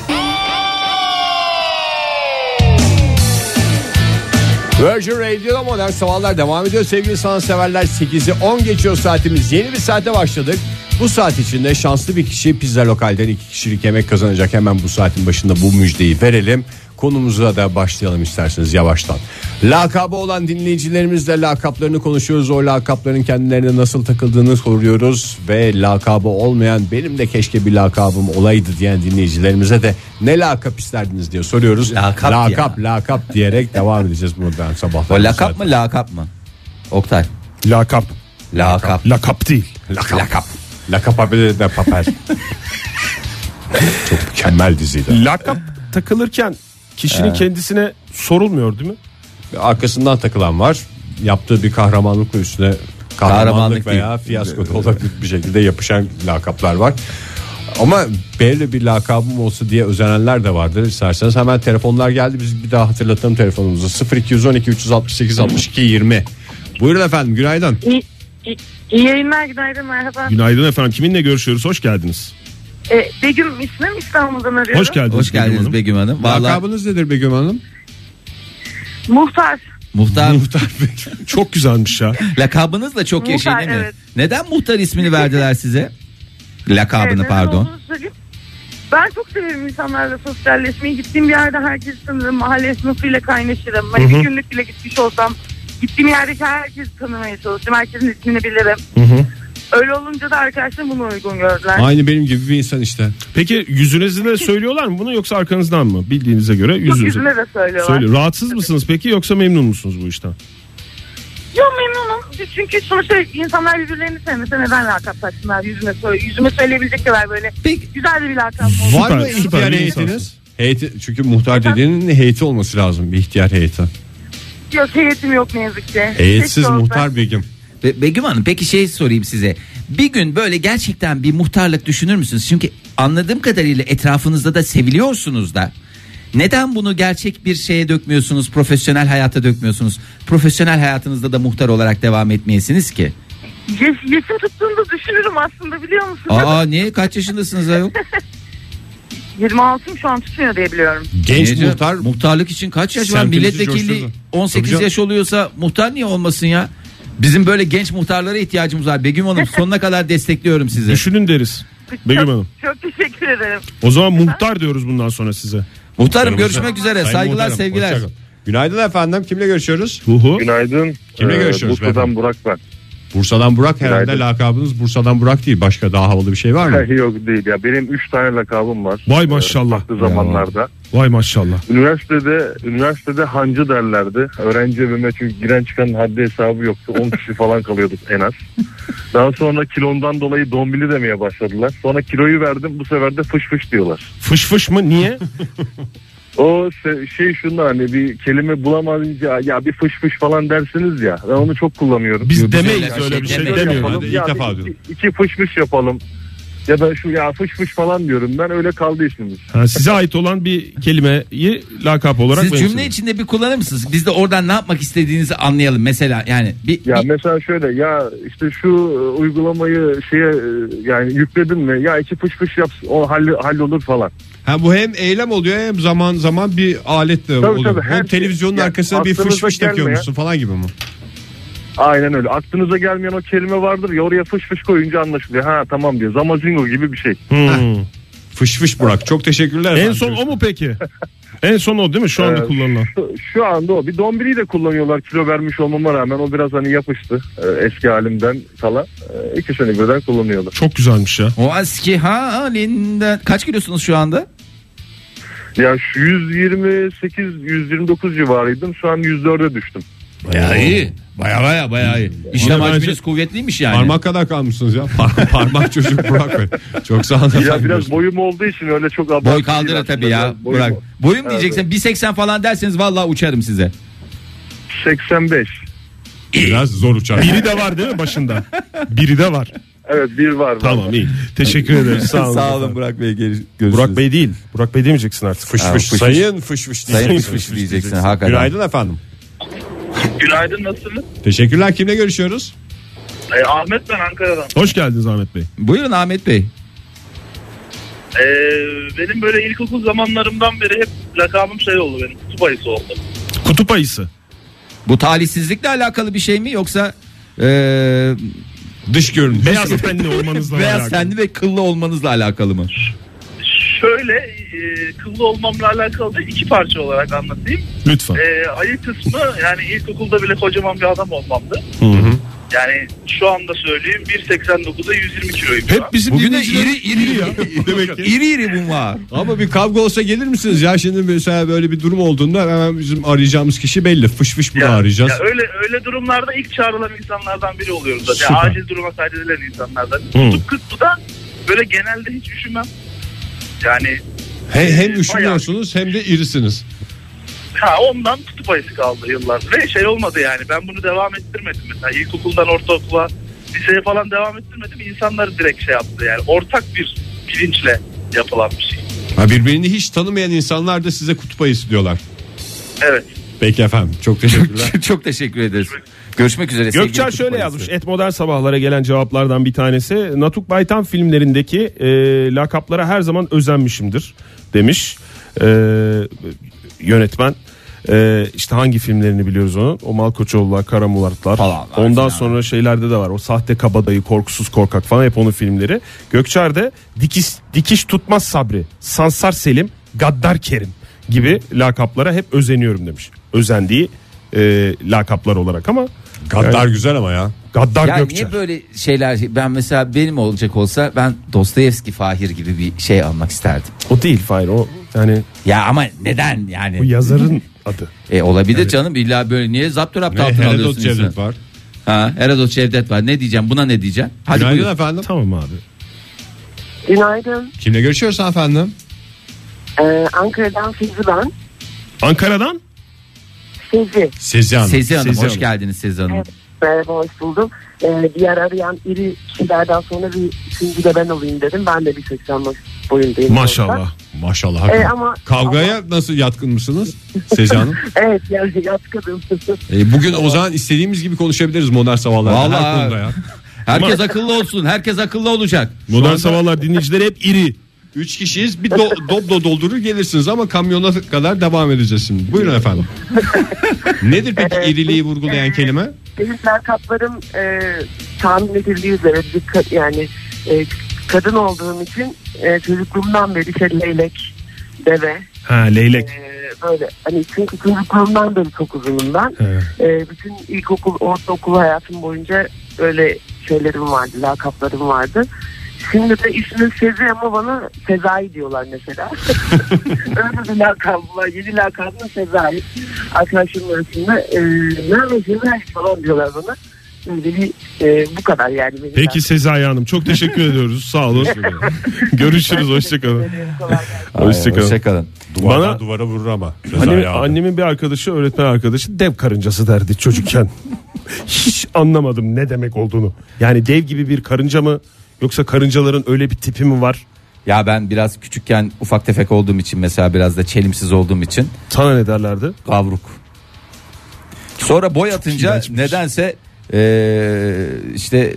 Speaker 3: Virgin Radio'da modern sabahlar devam ediyor. Sevgili sanatseverler 8'i 10 geçiyor saatimiz. Yeni bir saate başladık. Bu saat içinde şanslı bir kişi pizza lokalden iki kişilik yemek kazanacak. Hemen bu saatin başında bu müjdeyi verelim. Konumuza da başlayalım isterseniz yavaştan. Lakabı olan dinleyicilerimizle lakaplarını konuşuyoruz. O lakapların kendilerine nasıl takıldığını soruyoruz. Ve lakabı olmayan benim de keşke bir lakabım olaydı diyen dinleyicilerimize de ne lakap isterdiniz diye soruyoruz.
Speaker 2: Lakap ya.
Speaker 3: lakap lakap diyerek devam edeceğiz buradan sabahlar.
Speaker 2: O lakap mı lakap mı? Oktay.
Speaker 4: Lakap.
Speaker 2: Lakap.
Speaker 4: Lakap değil.
Speaker 3: Lakap. Lakap. Lakap haberi de
Speaker 4: [LAUGHS]
Speaker 3: papel. Çok mükemmel diziydi.
Speaker 4: Lakap takılırken
Speaker 2: Ee.
Speaker 4: kişinin kendisine sorulmuyor değil mi?
Speaker 3: Arkasından takılan var. Yaptığı bir kahramanlıkla üstüne kahramanlık,
Speaker 2: Kahramanlık
Speaker 3: veya fiyasko da olabilir bir şekilde yapışan lakaplar var. Ama böyle bir lakabım olsa diye özenenler de vardır. İsterseniz hemen telefonlar geldi. Biz bir daha hatırlatalım telefonumuzu. 0212 368 62 20. Buyurun efendim günaydın.
Speaker 6: İyi, iyi- iyi yayınlar günaydın merhaba.
Speaker 4: Günaydın efendim. Kiminle görüşüyoruz? Hoş geldiniz.
Speaker 6: Ee, Begüm ismim İstanbul'dan arıyorum.
Speaker 4: Hoş geldiniz.
Speaker 2: Hoş
Speaker 4: Begüm
Speaker 2: geldiniz
Speaker 4: Hanım.
Speaker 2: Begüm Hanım. Vallahi
Speaker 3: Lakabınız nedir Begüm Hanım?
Speaker 6: Muhtar.
Speaker 2: muhtar
Speaker 4: Çok güzelmiş ya.
Speaker 2: lakabınız da çok
Speaker 6: Muhtar,
Speaker 2: yaşayın değil mi?
Speaker 6: evet.
Speaker 2: Neden muhtar ismini verdiler size?
Speaker 6: Ee,
Speaker 2: Lakabını
Speaker 6: neden
Speaker 2: pardon.
Speaker 6: olduğunu söyleyeyim. Ben çok severim insanlarla sosyalleşmeyi. Gittiğim bir yerde herkesi tanırım. Mahalle esnafıyla kaynaşırım. Hani bir günlük bile gitmiş olsam gittiğim yerdeki herkesi tanımaya çalıştım. Herkesin ismini bilirim. Öyle olunca da arkadaşlarım bunu uygun gördüler.
Speaker 3: Aynı benim gibi bir insan işte.
Speaker 4: Peki yüzünüzü de söylüyorlar mı bunu yoksa arkanızdan mı? Bildiğinize göre
Speaker 6: Çok
Speaker 4: yüzünüzü.
Speaker 6: yüzüme de söylüyorlar.
Speaker 4: Söyle. Rahatsız mısınız peki yoksa memnun musunuz bu işten?
Speaker 6: Yok memnunum. Çünkü sonuçta insanlar birbirlerini sevmese neden lakap taksınlar yüzüme, söyle, yüzüme söyleyebilecek kadar böyle
Speaker 2: Peki.
Speaker 6: güzel bir lakap oldu.
Speaker 4: Süper,
Speaker 3: Var mı
Speaker 4: süper
Speaker 3: ihtiyar
Speaker 4: bir
Speaker 3: heyetiniz?
Speaker 4: insansın.
Speaker 3: Heyeti, çünkü muhtar dediğinin heyeti olması lazım. Bir ihtiyar heyeti.
Speaker 6: Yok heyetim yok ne yazık ki.
Speaker 3: Heyetsiz
Speaker 6: Keşke olsa.
Speaker 3: muhtar Begüm.
Speaker 2: Be- Begüm Hanım peki şey sorayım size. Bir gün böyle gerçekten bir muhtarlık düşünür müsünüz? Çünkü anladığım kadarıyla etrafınızda da seviliyorsunuz da. Neden bunu gerçek bir şeye dökmüyorsunuz? Profesyonel hayata dökmüyorsunuz. Profesyonel hayatınızda da muhtar olarak devam etmeyesiniz ki.
Speaker 6: Yes- yesim tuttuğunu da düşünürüm aslında biliyor musun?
Speaker 2: Aa niye kaç yaşındasınız ayol?
Speaker 6: 26'ım şu an tutmuyor diye biliyorum.
Speaker 3: Genç
Speaker 2: Niye canım?
Speaker 3: muhtar
Speaker 2: Muhtarlık için kaç yaş var?
Speaker 3: Semtimizi
Speaker 2: Milletvekili
Speaker 3: coşturdu. Tabii
Speaker 2: 18
Speaker 3: canım.
Speaker 2: yaş oluyorsa muhtar niye olmasın ya? Bizim böyle genç muhtarlara ihtiyacımız var. Begüm Hanım sonuna kadar destekliyorum sizi.
Speaker 4: Düşünün deriz. Begüm
Speaker 6: çok,
Speaker 4: Hanım.
Speaker 6: Çok teşekkür ederim.
Speaker 4: O zaman muhtar diyoruz bundan sonra size.
Speaker 2: Muhtarım görüşmek üzere.
Speaker 3: Sayın
Speaker 2: Saygılar,
Speaker 3: muhtarım,
Speaker 2: sevgiler.
Speaker 3: hoşçakalın. Günaydın efendim. Kimle görüşüyoruz?
Speaker 4: Huhu.
Speaker 7: Günaydın.
Speaker 3: Kimle görüşüyoruz
Speaker 7: Bursa'dan
Speaker 3: beyefendi?
Speaker 7: Burak ben.
Speaker 3: Bursadan Burak herhalde
Speaker 7: Günaydın.
Speaker 3: lakabınız Bursa'dan Burak değil. Başka daha havalı bir şey var
Speaker 7: [LAUGHS]
Speaker 3: mı?
Speaker 7: Yok değil ya. Benim 3 tane lakabım var.
Speaker 4: Vay maşallah.
Speaker 7: Bu zamanlarda.
Speaker 4: Vay maşallah.
Speaker 7: Üniversitede üniversitede hancı derlerdi. Öğrenci evime çünkü giren çıkan haddi hesabı yoktu. 10 kişi falan kalıyorduk en az. Daha sonra kilomdan dolayı dombili demeye başladılar. Sonra kiloyu verdim. Bu sefer de fış fış diyorlar.
Speaker 4: Fış fış mı? Niye?
Speaker 7: O se- şey şundan hani bir kelime bulamayınca ya bir fış fış falan dersiniz ya. Ben onu çok kullanıyorum.
Speaker 4: Biz
Speaker 2: Yok, biz
Speaker 4: demeyiz
Speaker 2: öyle
Speaker 4: öyle
Speaker 2: şey
Speaker 4: bir şey
Speaker 2: demeyiz.
Speaker 4: demiyoruz.
Speaker 3: Ben de ilk
Speaker 7: Ya
Speaker 3: defa
Speaker 7: bir-
Speaker 3: diyorum.
Speaker 7: iki, iki fış fış yapalım. Ya da şu ya fış fış falan diyorum ben öyle kaldı işimiz.
Speaker 4: Ha, size ait olan bir kelimeyi lakap olarak
Speaker 2: Siz
Speaker 4: ben
Speaker 2: cümle
Speaker 4: söyleyeyim.
Speaker 2: içinde bir kullanır mısınız? Biz de oradan ne yapmak istediğinizi anlayalım. Mesela yani bir,
Speaker 7: Ya
Speaker 2: bir-
Speaker 7: mesela şöyle ya işte şu e, uygulamayı şeye e, yani yükledin mi ya iki fış fış yap o hall, hallolur falan.
Speaker 3: Ha bu hem eylem oluyor hem zaman zaman bir alet de oluyor.
Speaker 7: tabii,
Speaker 3: hem
Speaker 7: her
Speaker 3: televizyonun
Speaker 7: şey-
Speaker 3: arkasına
Speaker 7: ya,
Speaker 3: bir fış
Speaker 7: aklınıza
Speaker 3: fış
Speaker 7: gelme
Speaker 3: takıyormuşsun falan gibi mi?
Speaker 7: Aynen öyle aklınıza gelmeyen o kelime vardır ya oraya fış fış koyunca anlaşılıyor ha tamam diyor zamazingo gibi bir şey.
Speaker 4: Hmm.
Speaker 3: Fış fış Burak. Çok teşekkürler.
Speaker 4: En
Speaker 3: efendim.
Speaker 4: son o mu peki? en son o değil mi? Şu anda
Speaker 7: Evet.
Speaker 4: kullanılan.
Speaker 7: Şu, şu anda o bir dombili de kullanıyorlar kilo vermiş olmama rağmen o biraz hani yapıştı e, eski halimden kala e, iki sene birden kullanıyorlar.
Speaker 4: Çok güzelmiş ya.
Speaker 2: o eski halinden kaç kilosunuz şu anda?
Speaker 7: Ya şu 128 129 civarıydım. Şu an 104'e düştüm.
Speaker 2: Bayağı iyi. Baya baya baya iyi. İşlem
Speaker 4: Bence-
Speaker 2: hacminiz kuvvetliymiş yani.
Speaker 3: Parmak kadar kalmışsınız ya. Par- [LAUGHS] parmak çocuk Burak Bey. Çok sağ olun.
Speaker 7: Ya
Speaker 3: efendim.
Speaker 7: biraz boyum olduğu için öyle çok abartı.
Speaker 2: Boy
Speaker 7: değil
Speaker 2: kaldırır
Speaker 7: aslında.
Speaker 2: tabii ya.
Speaker 7: Biraz boyum
Speaker 2: Bırak.
Speaker 7: o.
Speaker 2: Boyum
Speaker 7: Evet,
Speaker 2: diyeceksen 1.80 falan derseniz vallahi uçarım size.
Speaker 7: 85.
Speaker 3: Biraz zor
Speaker 2: [LAUGHS]
Speaker 3: uçar.
Speaker 4: Biri de var değil mi başında? Biri de var.
Speaker 7: Evet bir var.
Speaker 4: Tamam iyi. Teşekkür ederiz. Sağ
Speaker 2: [LAUGHS]
Speaker 4: olun.
Speaker 2: Burak Bey.
Speaker 4: Burak Bey değil. Burak Bey demeyeceksin artık.
Speaker 3: Fış fış.
Speaker 2: fış.
Speaker 3: Sayın fış fış.
Speaker 2: Sayın
Speaker 3: diyeceksin.
Speaker 2: fış fış diyeceksin, hakikaten.
Speaker 3: Günaydın efendim.
Speaker 8: Günaydın nasılsınız?
Speaker 3: Teşekkürler. Kimle görüşüyoruz?
Speaker 8: Ee, Ahmet ben Ankara'dan.
Speaker 4: Hoş geldiniz Ahmet Bey.
Speaker 2: Buyurun Ahmet Bey.
Speaker 8: Ee, benim böyle ilkokul zamanlarımdan beri hep lakabım şey oldu benim. Kutup ayısı oldu.
Speaker 4: Kutup ayısı.
Speaker 2: Bu talihsizlikle alakalı bir şey mi yoksa eee
Speaker 3: Dış görünüş.
Speaker 4: Beyaz tenli olmanızla
Speaker 2: beyaz
Speaker 4: alakalı.
Speaker 2: tenli ve kıllı olmanızla alakalı mı?
Speaker 8: Şöyle e, kıllı olmamla alakalı da iki parça olarak anlatayım.
Speaker 4: Lütfen.
Speaker 8: Ee, ayı kısmı yani ilkokulda bile kocaman bir adam olmamdı. Yani şu anda söyleyeyim 1.89'a 120 kiloyum. şu an.
Speaker 4: Hep bizim
Speaker 2: Bugün de
Speaker 4: dinleyiciler-
Speaker 2: iri iri
Speaker 4: [LAUGHS]
Speaker 2: ya.
Speaker 3: Demek ki.
Speaker 2: iri iri bunlar.
Speaker 3: Ama bir kavga olsa gelir misiniz ya şimdi mesela böyle bir durum olduğunda hemen bizim arayacağımız kişi belli. Fış fış bunu
Speaker 8: Ya-
Speaker 3: arayacağız.
Speaker 8: ya öyle öyle durumlarda ilk çağrılan insanlardan biri oluyorum zaten.
Speaker 4: Süper.
Speaker 8: acil duruma sadece edilen insanlardan.
Speaker 4: Hı.
Speaker 8: Kutup kutbu da böyle genelde hiç üşümem. Yani
Speaker 3: He- hem
Speaker 8: Bayağı.
Speaker 3: üşümüyorsunuz hem de irisiniz.
Speaker 8: ha ondan kutup ayısı kaldı yıllar. Ve şey olmadı yani ben bunu devam ettirmedim mesela ilkokuldan ortaokula liseye falan devam ettirmedim. İnsanlar direkt şey yaptı yani ortak bir bilinçle yapılan bir şey.
Speaker 3: Ha, birbirini hiç tanımayan insanlar da size kutup ayısı diyorlar.
Speaker 8: Evet.
Speaker 3: Peki efendim çok teşekkürler.
Speaker 2: Çok teşekkür ederiz. [LAUGHS] Görüşmek üzere. sevgili
Speaker 4: Gökçen
Speaker 2: Kutup
Speaker 4: şöyle
Speaker 2: Ayısı.
Speaker 4: yazmış. Et Modern Sabahlara gelen cevaplardan bir tanesi. Natuk Baytan filmlerindeki e, lakaplara her zaman özenmişimdir demiş e,
Speaker 3: Ee,
Speaker 4: yönetmen. E, işte hangi filmlerini biliyoruz onun? O Malkoçoğlu'lar, Karamuratlar.
Speaker 2: Falan,
Speaker 4: Ondan
Speaker 2: falan.
Speaker 4: sonra şeylerde de var. O sahte kabadayı, korkusuz korkak falan hep onun filmleri. Gökçer de dikiş, dikiş tutmaz Sabri, Sansar Selim, Gaddar Kerim gibi lakaplara hep özeniyorum demiş. Özendiği e, lakaplar olarak ama
Speaker 3: Katlar güzel ama ya.
Speaker 4: Gaddar
Speaker 2: Ya
Speaker 4: Gökçer.
Speaker 2: niye böyle şeyler ben mesela benim olacak olsa ben Dostoyevski Fahir gibi bir şey almak isterdim.
Speaker 4: O değil Fahir o yani
Speaker 2: Ya ama neden
Speaker 4: bu
Speaker 2: yani? [LAUGHS]
Speaker 4: yazarın adı.
Speaker 2: E, olabilir canım illa böyle niye zaptı
Speaker 3: Ne
Speaker 2: raptı altına
Speaker 3: Herodot
Speaker 2: alıyorsun insanı?
Speaker 3: Cevdet var.
Speaker 2: Ha, Herodot Cevdet var ne diyeceğim buna ne diyeceğim? Hadi
Speaker 3: Günaydın
Speaker 2: buyur.
Speaker 3: efendim.
Speaker 4: Tamam abi.
Speaker 9: Günaydın.
Speaker 3: Kimle görüşüyoruz efendim?
Speaker 9: Ee, Ankara'dan Fevzi ben.
Speaker 4: Ankara'dan
Speaker 9: Fevzi.
Speaker 3: Sezi Hanım.
Speaker 2: Sezi Hanım
Speaker 4: Sezi
Speaker 2: hoş
Speaker 4: Hanım.
Speaker 2: geldiniz Sezi Hanım.
Speaker 9: Evet. Merhaba hoş buldum. Ee, diğer arayan iri kişilerden sonra bir üçüncü de ben olayım dedim. Ben de bir 80 boyundayım.
Speaker 4: maşallah.
Speaker 3: Maşallah.
Speaker 9: Ee,
Speaker 3: hakikaten.
Speaker 9: ama
Speaker 3: Kavgaya nasıl yatkın mısınız Sezi Hanım?
Speaker 9: [LAUGHS] Evet yani yatkıdım.
Speaker 3: E, bugün o zaman istediğimiz gibi konuşabiliriz modern sabahlarda.
Speaker 2: Vallahi.
Speaker 3: Her konuda ya.
Speaker 2: Herkes akıllı olsun herkes akıllı olacak.
Speaker 4: Modern sabahlar dinleyicileri hep iri.
Speaker 3: Üç kişiyiz bir do- doblo doldurur gelirsiniz ama kamyona kadar devam edeceğiz şimdi.
Speaker 9: [LAUGHS]
Speaker 3: Buyurun efendim. Nedir peki iriliği vurgulayan kelime?
Speaker 9: Benim lakaplarım e, tahmin edildiği üzere bir ka- yani e, kadın olduğum için e, çocukluğumdan beri şey leylek, deve,
Speaker 4: Ha leylek.
Speaker 9: Ee, böyle hani çünkü çocukluğumdan beri çok uzunum ben. Ee, bütün ilkokul, ortaokul hayatım boyunca böyle şeylerim vardı, lakaplarım vardı. Şimdi de ismim Sezi ama bana Sezai diyorlar
Speaker 4: [LAUGHS]
Speaker 9: mesela. Öyle bir lakabım var. Yeni lakabım Sezai. Arkadaşlarım arasında e, nerede Sezai falan diyorlar bana. Böyle bir e, bu kadar yani. benim
Speaker 4: Peki Sezai Hanım çok teşekkür ediyoruz.
Speaker 9: [LAUGHS]
Speaker 4: Sağ olun. Görüşürüz. Hoşçakalın.
Speaker 9: lakabım. Kolay gelsin.
Speaker 2: Ee,
Speaker 4: Hoşçakalın.
Speaker 2: Hoşçakalın.
Speaker 3: Duvardan
Speaker 4: Bana-
Speaker 3: duvara vurur ama.
Speaker 4: Annemin,
Speaker 3: Sezai abi.
Speaker 4: annemin bir arkadaşı öğretmen arkadaşı dev karıncası derdi
Speaker 2: [LAUGHS]
Speaker 4: çocukken. Hiç anlamadım ne demek olduğunu. Yani dev gibi bir karınca mı yoksa karıncaların öyle bir tipi mi var?
Speaker 2: Ya ben biraz küçükken ufak tefek olduğum için mesela biraz da çelimsiz olduğum için
Speaker 4: Sana ne derlerdi?
Speaker 2: gavruk. Sonra boy atınca
Speaker 4: iğrençmiş.
Speaker 2: nedense eee, işte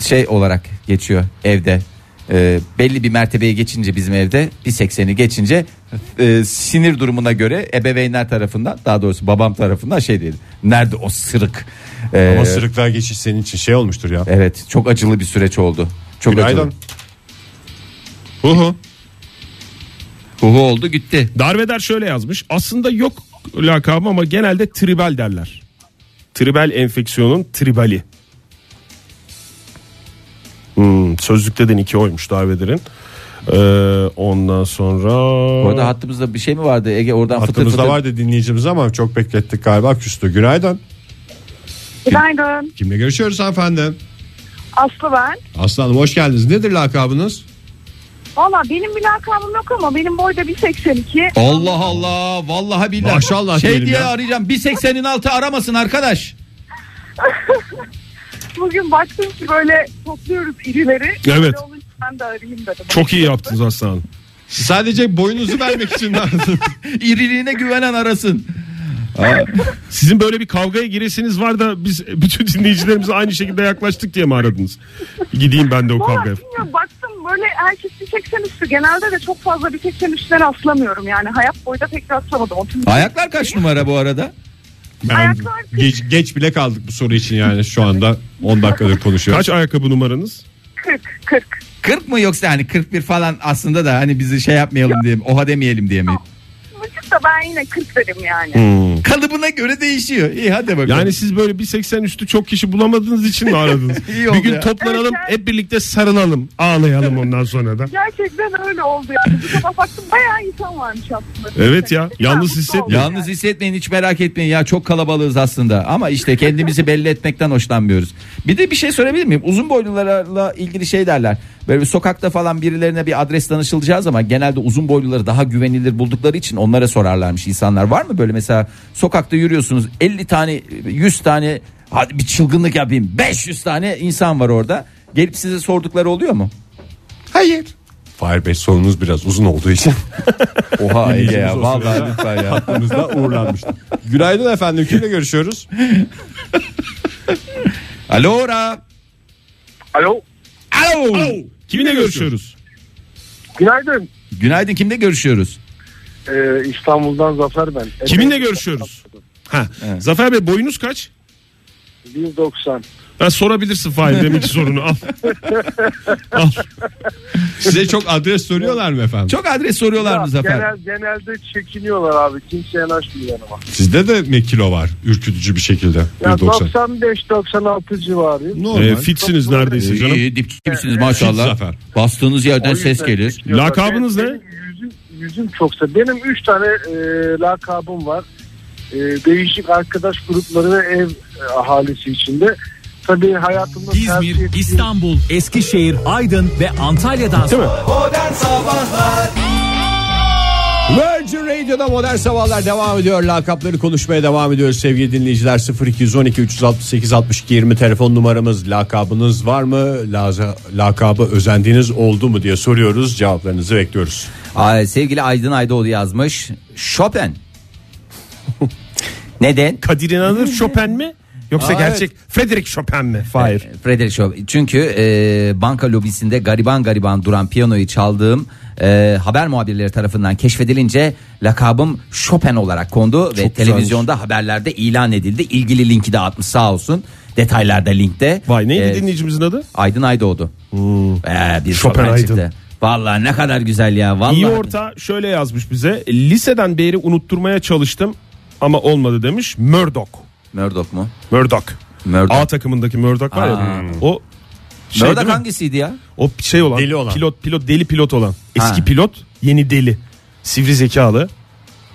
Speaker 2: şey olarak geçiyor evde. Eee, belli bir mertebeye geçince bizim evde 1.80'i geçince eee, sinir durumuna göre ebeveynler tarafından daha doğrusu babam tarafından şey dedi. Nerede o sırık? Eee,
Speaker 3: Ama sırıklar geçiş senin için şey olmuştur ya.
Speaker 2: Evet çok acılı bir süreç oldu. Çok acılı.
Speaker 3: Günaydın. Hı hı.
Speaker 2: Huhu oldu gitti.
Speaker 4: Darveder şöyle yazmış. Aslında yok lakabı ama genelde tribal derler. Tribal enfeksiyonun tribali. Hmm, sözlükte de iki oymuş Darveder'in. Ee, ondan sonra...
Speaker 2: Orada hattımızda bir şey mi vardı Ege oradan fıtır
Speaker 3: Hattımızda
Speaker 2: fıtır.
Speaker 3: vardı dinleyicimiz ama çok beklettik galiba küstü. Günaydın.
Speaker 6: Günaydın.
Speaker 3: Kimle görüşüyoruz hanımefendi?
Speaker 6: Aslı ben.
Speaker 3: Aslanım hoş geldiniz. Nedir lakabınız?
Speaker 6: Valla benim bir lakabım yok ama benim boyda 1.82.
Speaker 2: Allah Allah vallahi billahi.
Speaker 3: Maşallah
Speaker 2: şey
Speaker 3: diyelim
Speaker 2: diye
Speaker 3: ya.
Speaker 2: arayacağım 1.80'in altı aramasın arkadaş.
Speaker 6: [LAUGHS] Bugün baktım ki böyle topluyoruz irileri.
Speaker 4: Evet.
Speaker 6: Böyle olunca Ben de arayayım dedim.
Speaker 4: Çok iyi yaptınız aslanım.
Speaker 3: Sadece boyunuzu vermek için
Speaker 2: [LAUGHS] İriliğine güvenen arasın.
Speaker 4: Sizin böyle bir kavgaya giresiniz var da biz bütün dinleyicilerimize aynı şekilde yaklaştık diye mi aradınız? Gideyim ben de o
Speaker 6: Valla
Speaker 4: kavgaya.
Speaker 6: bilmiyorum baktım böyle herkes 1.80 üstü. Genelde de çok fazla 1.80 üstünden aslamıyorum yani. Hayat boyda pek rastlamadım. Otuz-
Speaker 2: Ayaklar kaç numara bu arada?
Speaker 3: Ben
Speaker 6: Ayaklar kırk.
Speaker 3: geç, geç bile kaldık bu soru için yani şu anda 10 dakikadır konuşuyoruz.
Speaker 4: Kaç ayakkabı numaranız?
Speaker 6: 40, 40.
Speaker 2: 40 mı yoksa hani 41 falan aslında da hani bizi şey yapmayalım diye mi, oha demeyelim diye mi?
Speaker 6: Mıcık da ben yine 40 dedim yani.
Speaker 3: Hmm.
Speaker 2: Kalıbına göre değişiyor. İyi hadi bakalım.
Speaker 4: Yani siz böyle 1.80 üstü çok kişi bulamadığınız için mi aradınız?
Speaker 2: [LAUGHS] İyi
Speaker 4: bir
Speaker 2: oldu
Speaker 4: gün
Speaker 2: ya.
Speaker 4: toplanalım
Speaker 6: Evet,
Speaker 4: hep birlikte sarılalım ağlayalım ondan sonra da.
Speaker 6: Gerçekten öyle oldu yani. Bir sabah baktım bayağı insan varmış aslında.
Speaker 4: Evet ya, yalnız
Speaker 6: Ben mutlu oldum
Speaker 4: hissetmiyorum.
Speaker 2: Yalnız hissetmeyin hiç merak etmeyin ya çok kalabalığız aslında ama işte kendimizi [LAUGHS] belli etmekten hoşlanmıyoruz. Bir de bir şey söyleyebilir miyim? Uzun boylularla ilgili şey derler. Böyle bir sokakta falan birilerine bir adres danışılacağı zaman genelde uzun boyluları daha güvenilir buldukları için onlara sorarlarmış insanlar. Var mı böyle mesela sokakta yürüyorsunuz 50 tane 100 tane hadi bir çılgınlık yapayım 500 tane insan var orada. Gelip size sordukları oluyor mu?
Speaker 3: Hayır. Fahir Bey sorunuz biraz uzun olduğu için
Speaker 2: [LAUGHS] Oha Ege ya
Speaker 3: İlginiz olsun
Speaker 2: vallahi
Speaker 3: ya.
Speaker 2: lütfen ya.
Speaker 3: aklımızda uğurlanmıştı. Günaydın efendim kimle görüşüyoruz?
Speaker 2: [LAUGHS] Alo ora.
Speaker 10: Alo.
Speaker 2: Alo.
Speaker 4: Kiminle görüşüyoruz?
Speaker 10: Günaydın.
Speaker 2: Günaydın kimle görüşüyoruz?
Speaker 10: Ee, İstanbul'dan Zafer ben. Evet,
Speaker 4: Kiminle görüşüyoruz? Ha. Zafer Bey boyunuz kaç?
Speaker 10: 190.
Speaker 4: Ben sorabilirsin Fahir deminki sorunu al. al.
Speaker 3: Size çok adres soruyorlar mı efendim?
Speaker 2: Çok adres soruyorlar mı Zafer?
Speaker 10: Genel, genelde çekiniyorlar abi. Kimse yanaşmıyor yanıma.
Speaker 3: Sizde de mi kilo var ürkütücü bir şekilde?
Speaker 10: Ya
Speaker 3: 1.90.
Speaker 10: 95-96 civarı.
Speaker 3: Normal.
Speaker 4: Ee, fitsiniz neredeyse canım.
Speaker 2: İyi dip gibisiniz
Speaker 3: Fit
Speaker 2: maşallah.
Speaker 3: Zafer.
Speaker 2: Bastığınız yerden ses gelir.
Speaker 10: çekiniyorlar.
Speaker 4: Lakabınız
Speaker 10: Benim-
Speaker 4: ne?
Speaker 10: benim Yüzüm, yüzüm çoksa. Benim 3 tane e, lakabım var. E, değişik arkadaş grupları ve ev e, ahalisi içinde. Tabii hayatımda tercih
Speaker 11: İzmir,
Speaker 10: ettiğim-
Speaker 11: İstanbul, Eskişehir, Aydın ve Antalya'dan sonra
Speaker 12: Modern Sabahlar
Speaker 3: Virgin Radio'da modern sabahlar devam ediyor. Lakapları konuşmaya devam ediyoruz sevgili dinleyiciler. 0212 368 62 20 telefon numaramız. Lakabınız var mı? Laza, lakabı özendiğiniz oldu mu diye soruyoruz. Cevaplarınızı bekliyoruz.
Speaker 2: Aa, sevgili Aydın Aydoğdu yazmış. Chopin. [LAUGHS] Neden?
Speaker 4: Kadir İnanır Chopin mi? Yoksa
Speaker 2: Aa,
Speaker 4: gerçek Frederick Chopin mi? Hayır.
Speaker 2: Frederick Chopin. Çünkü e, banka lobisinde gariban gariban duran piyanoyu çaldığım e, haber muhabirleri tarafından keşfedilince lakabım Chopin olarak kondu ve televizyonda haberlerde ilan edildi. İlgili linki de atmış sağ olsun. Detaylarda linkte.
Speaker 4: Vay neydi
Speaker 2: E,
Speaker 4: dinleyicimizin adı?
Speaker 2: Aydın Aydoğdu. Ee, bir
Speaker 4: Chopin
Speaker 2: Chopin,
Speaker 4: Aydın.
Speaker 2: çıktı. Vallahi ne kadar güzel ya. Vallahi.
Speaker 4: İyi orta şöyle yazmış bize. Liseden beri unutturmaya çalıştım ama olmadı demiş. Murdoch.
Speaker 2: Murdoch mu?
Speaker 4: Murdoch.
Speaker 2: Murdoch.
Speaker 4: A takımındaki Murdoch var
Speaker 2: Aa.
Speaker 4: ya. O şey
Speaker 2: Murdoch
Speaker 4: değil mi?
Speaker 2: hangisiydi ya?
Speaker 4: O şey olan,
Speaker 3: Deli olan.
Speaker 4: pilot pilot deli pilot olan. Eski
Speaker 2: Ha.
Speaker 4: pilot, yeni deli. Sivri zekalı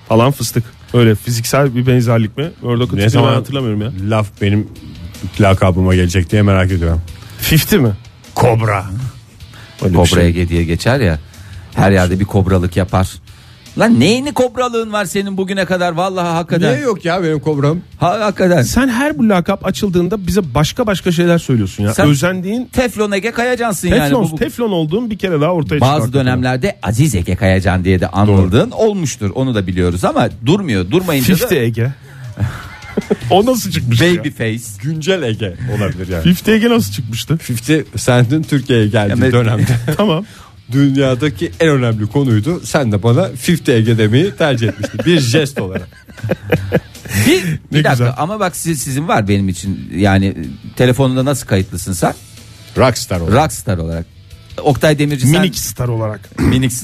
Speaker 4: falan fıstık. Öyle fiziksel bir benzerlik mi? Murdoch'un
Speaker 3: Ne
Speaker 4: tipini
Speaker 3: zaman-
Speaker 4: ben hatırlamıyorum ya.
Speaker 3: Laf benim lakabıma gelecek diye merak ediyorum.
Speaker 4: Fifty mi?
Speaker 3: Kobra.
Speaker 4: Öyle bir
Speaker 2: Kobra
Speaker 4: şey.
Speaker 2: Ege diye geçer ya. Her yerde bir kobralık yapar. Lan neyini kobralığın var senin bugüne kadar? Vallahi
Speaker 3: Niye
Speaker 2: hakikaten.
Speaker 3: yok ya benim kobram?
Speaker 2: Ha, hakikaten.
Speaker 4: Sen her bu lakap açıldığında bize başka başka şeyler söylüyorsun ya.
Speaker 2: Sen-
Speaker 4: Özendiğin
Speaker 2: Teflon Ege Kayacansın
Speaker 4: teflon,
Speaker 2: yani. Bu- bu-
Speaker 4: teflon olduğun bir kere daha ortaya çıktı.
Speaker 2: bazı dönemlerde Aziz Ege Kayacan diye de anıldığın olmuştur. Onu da biliyoruz ama durmuyor. Durmayınca
Speaker 4: Fifty
Speaker 2: da [LAUGHS]
Speaker 4: Ege. o nasıl çıkmış? ya?
Speaker 2: baby face.
Speaker 3: Güncel Ege olabilir yani.
Speaker 4: Fifty Ege nasıl çıkmıştı?
Speaker 3: Fifty Cent'in Türkiye'ye geldiği
Speaker 2: Evet.
Speaker 3: dönemde
Speaker 4: [LAUGHS] tamam.
Speaker 3: dünyadaki en önemli konuydu. Sen de bana Fifty Ege demeyi tercih etmiştin. Bir jest olarak.
Speaker 2: Bir, bir dakika
Speaker 4: güzel.
Speaker 2: ama bak siz, sizin var benim için. Yani e, telefonunda nasıl kayıtlısın sen?
Speaker 3: Rockstar olarak.
Speaker 2: Rockstar olarak. Oktay Demirci
Speaker 4: Minik star olarak.
Speaker 2: [CLEARS THROAT] sen Minix.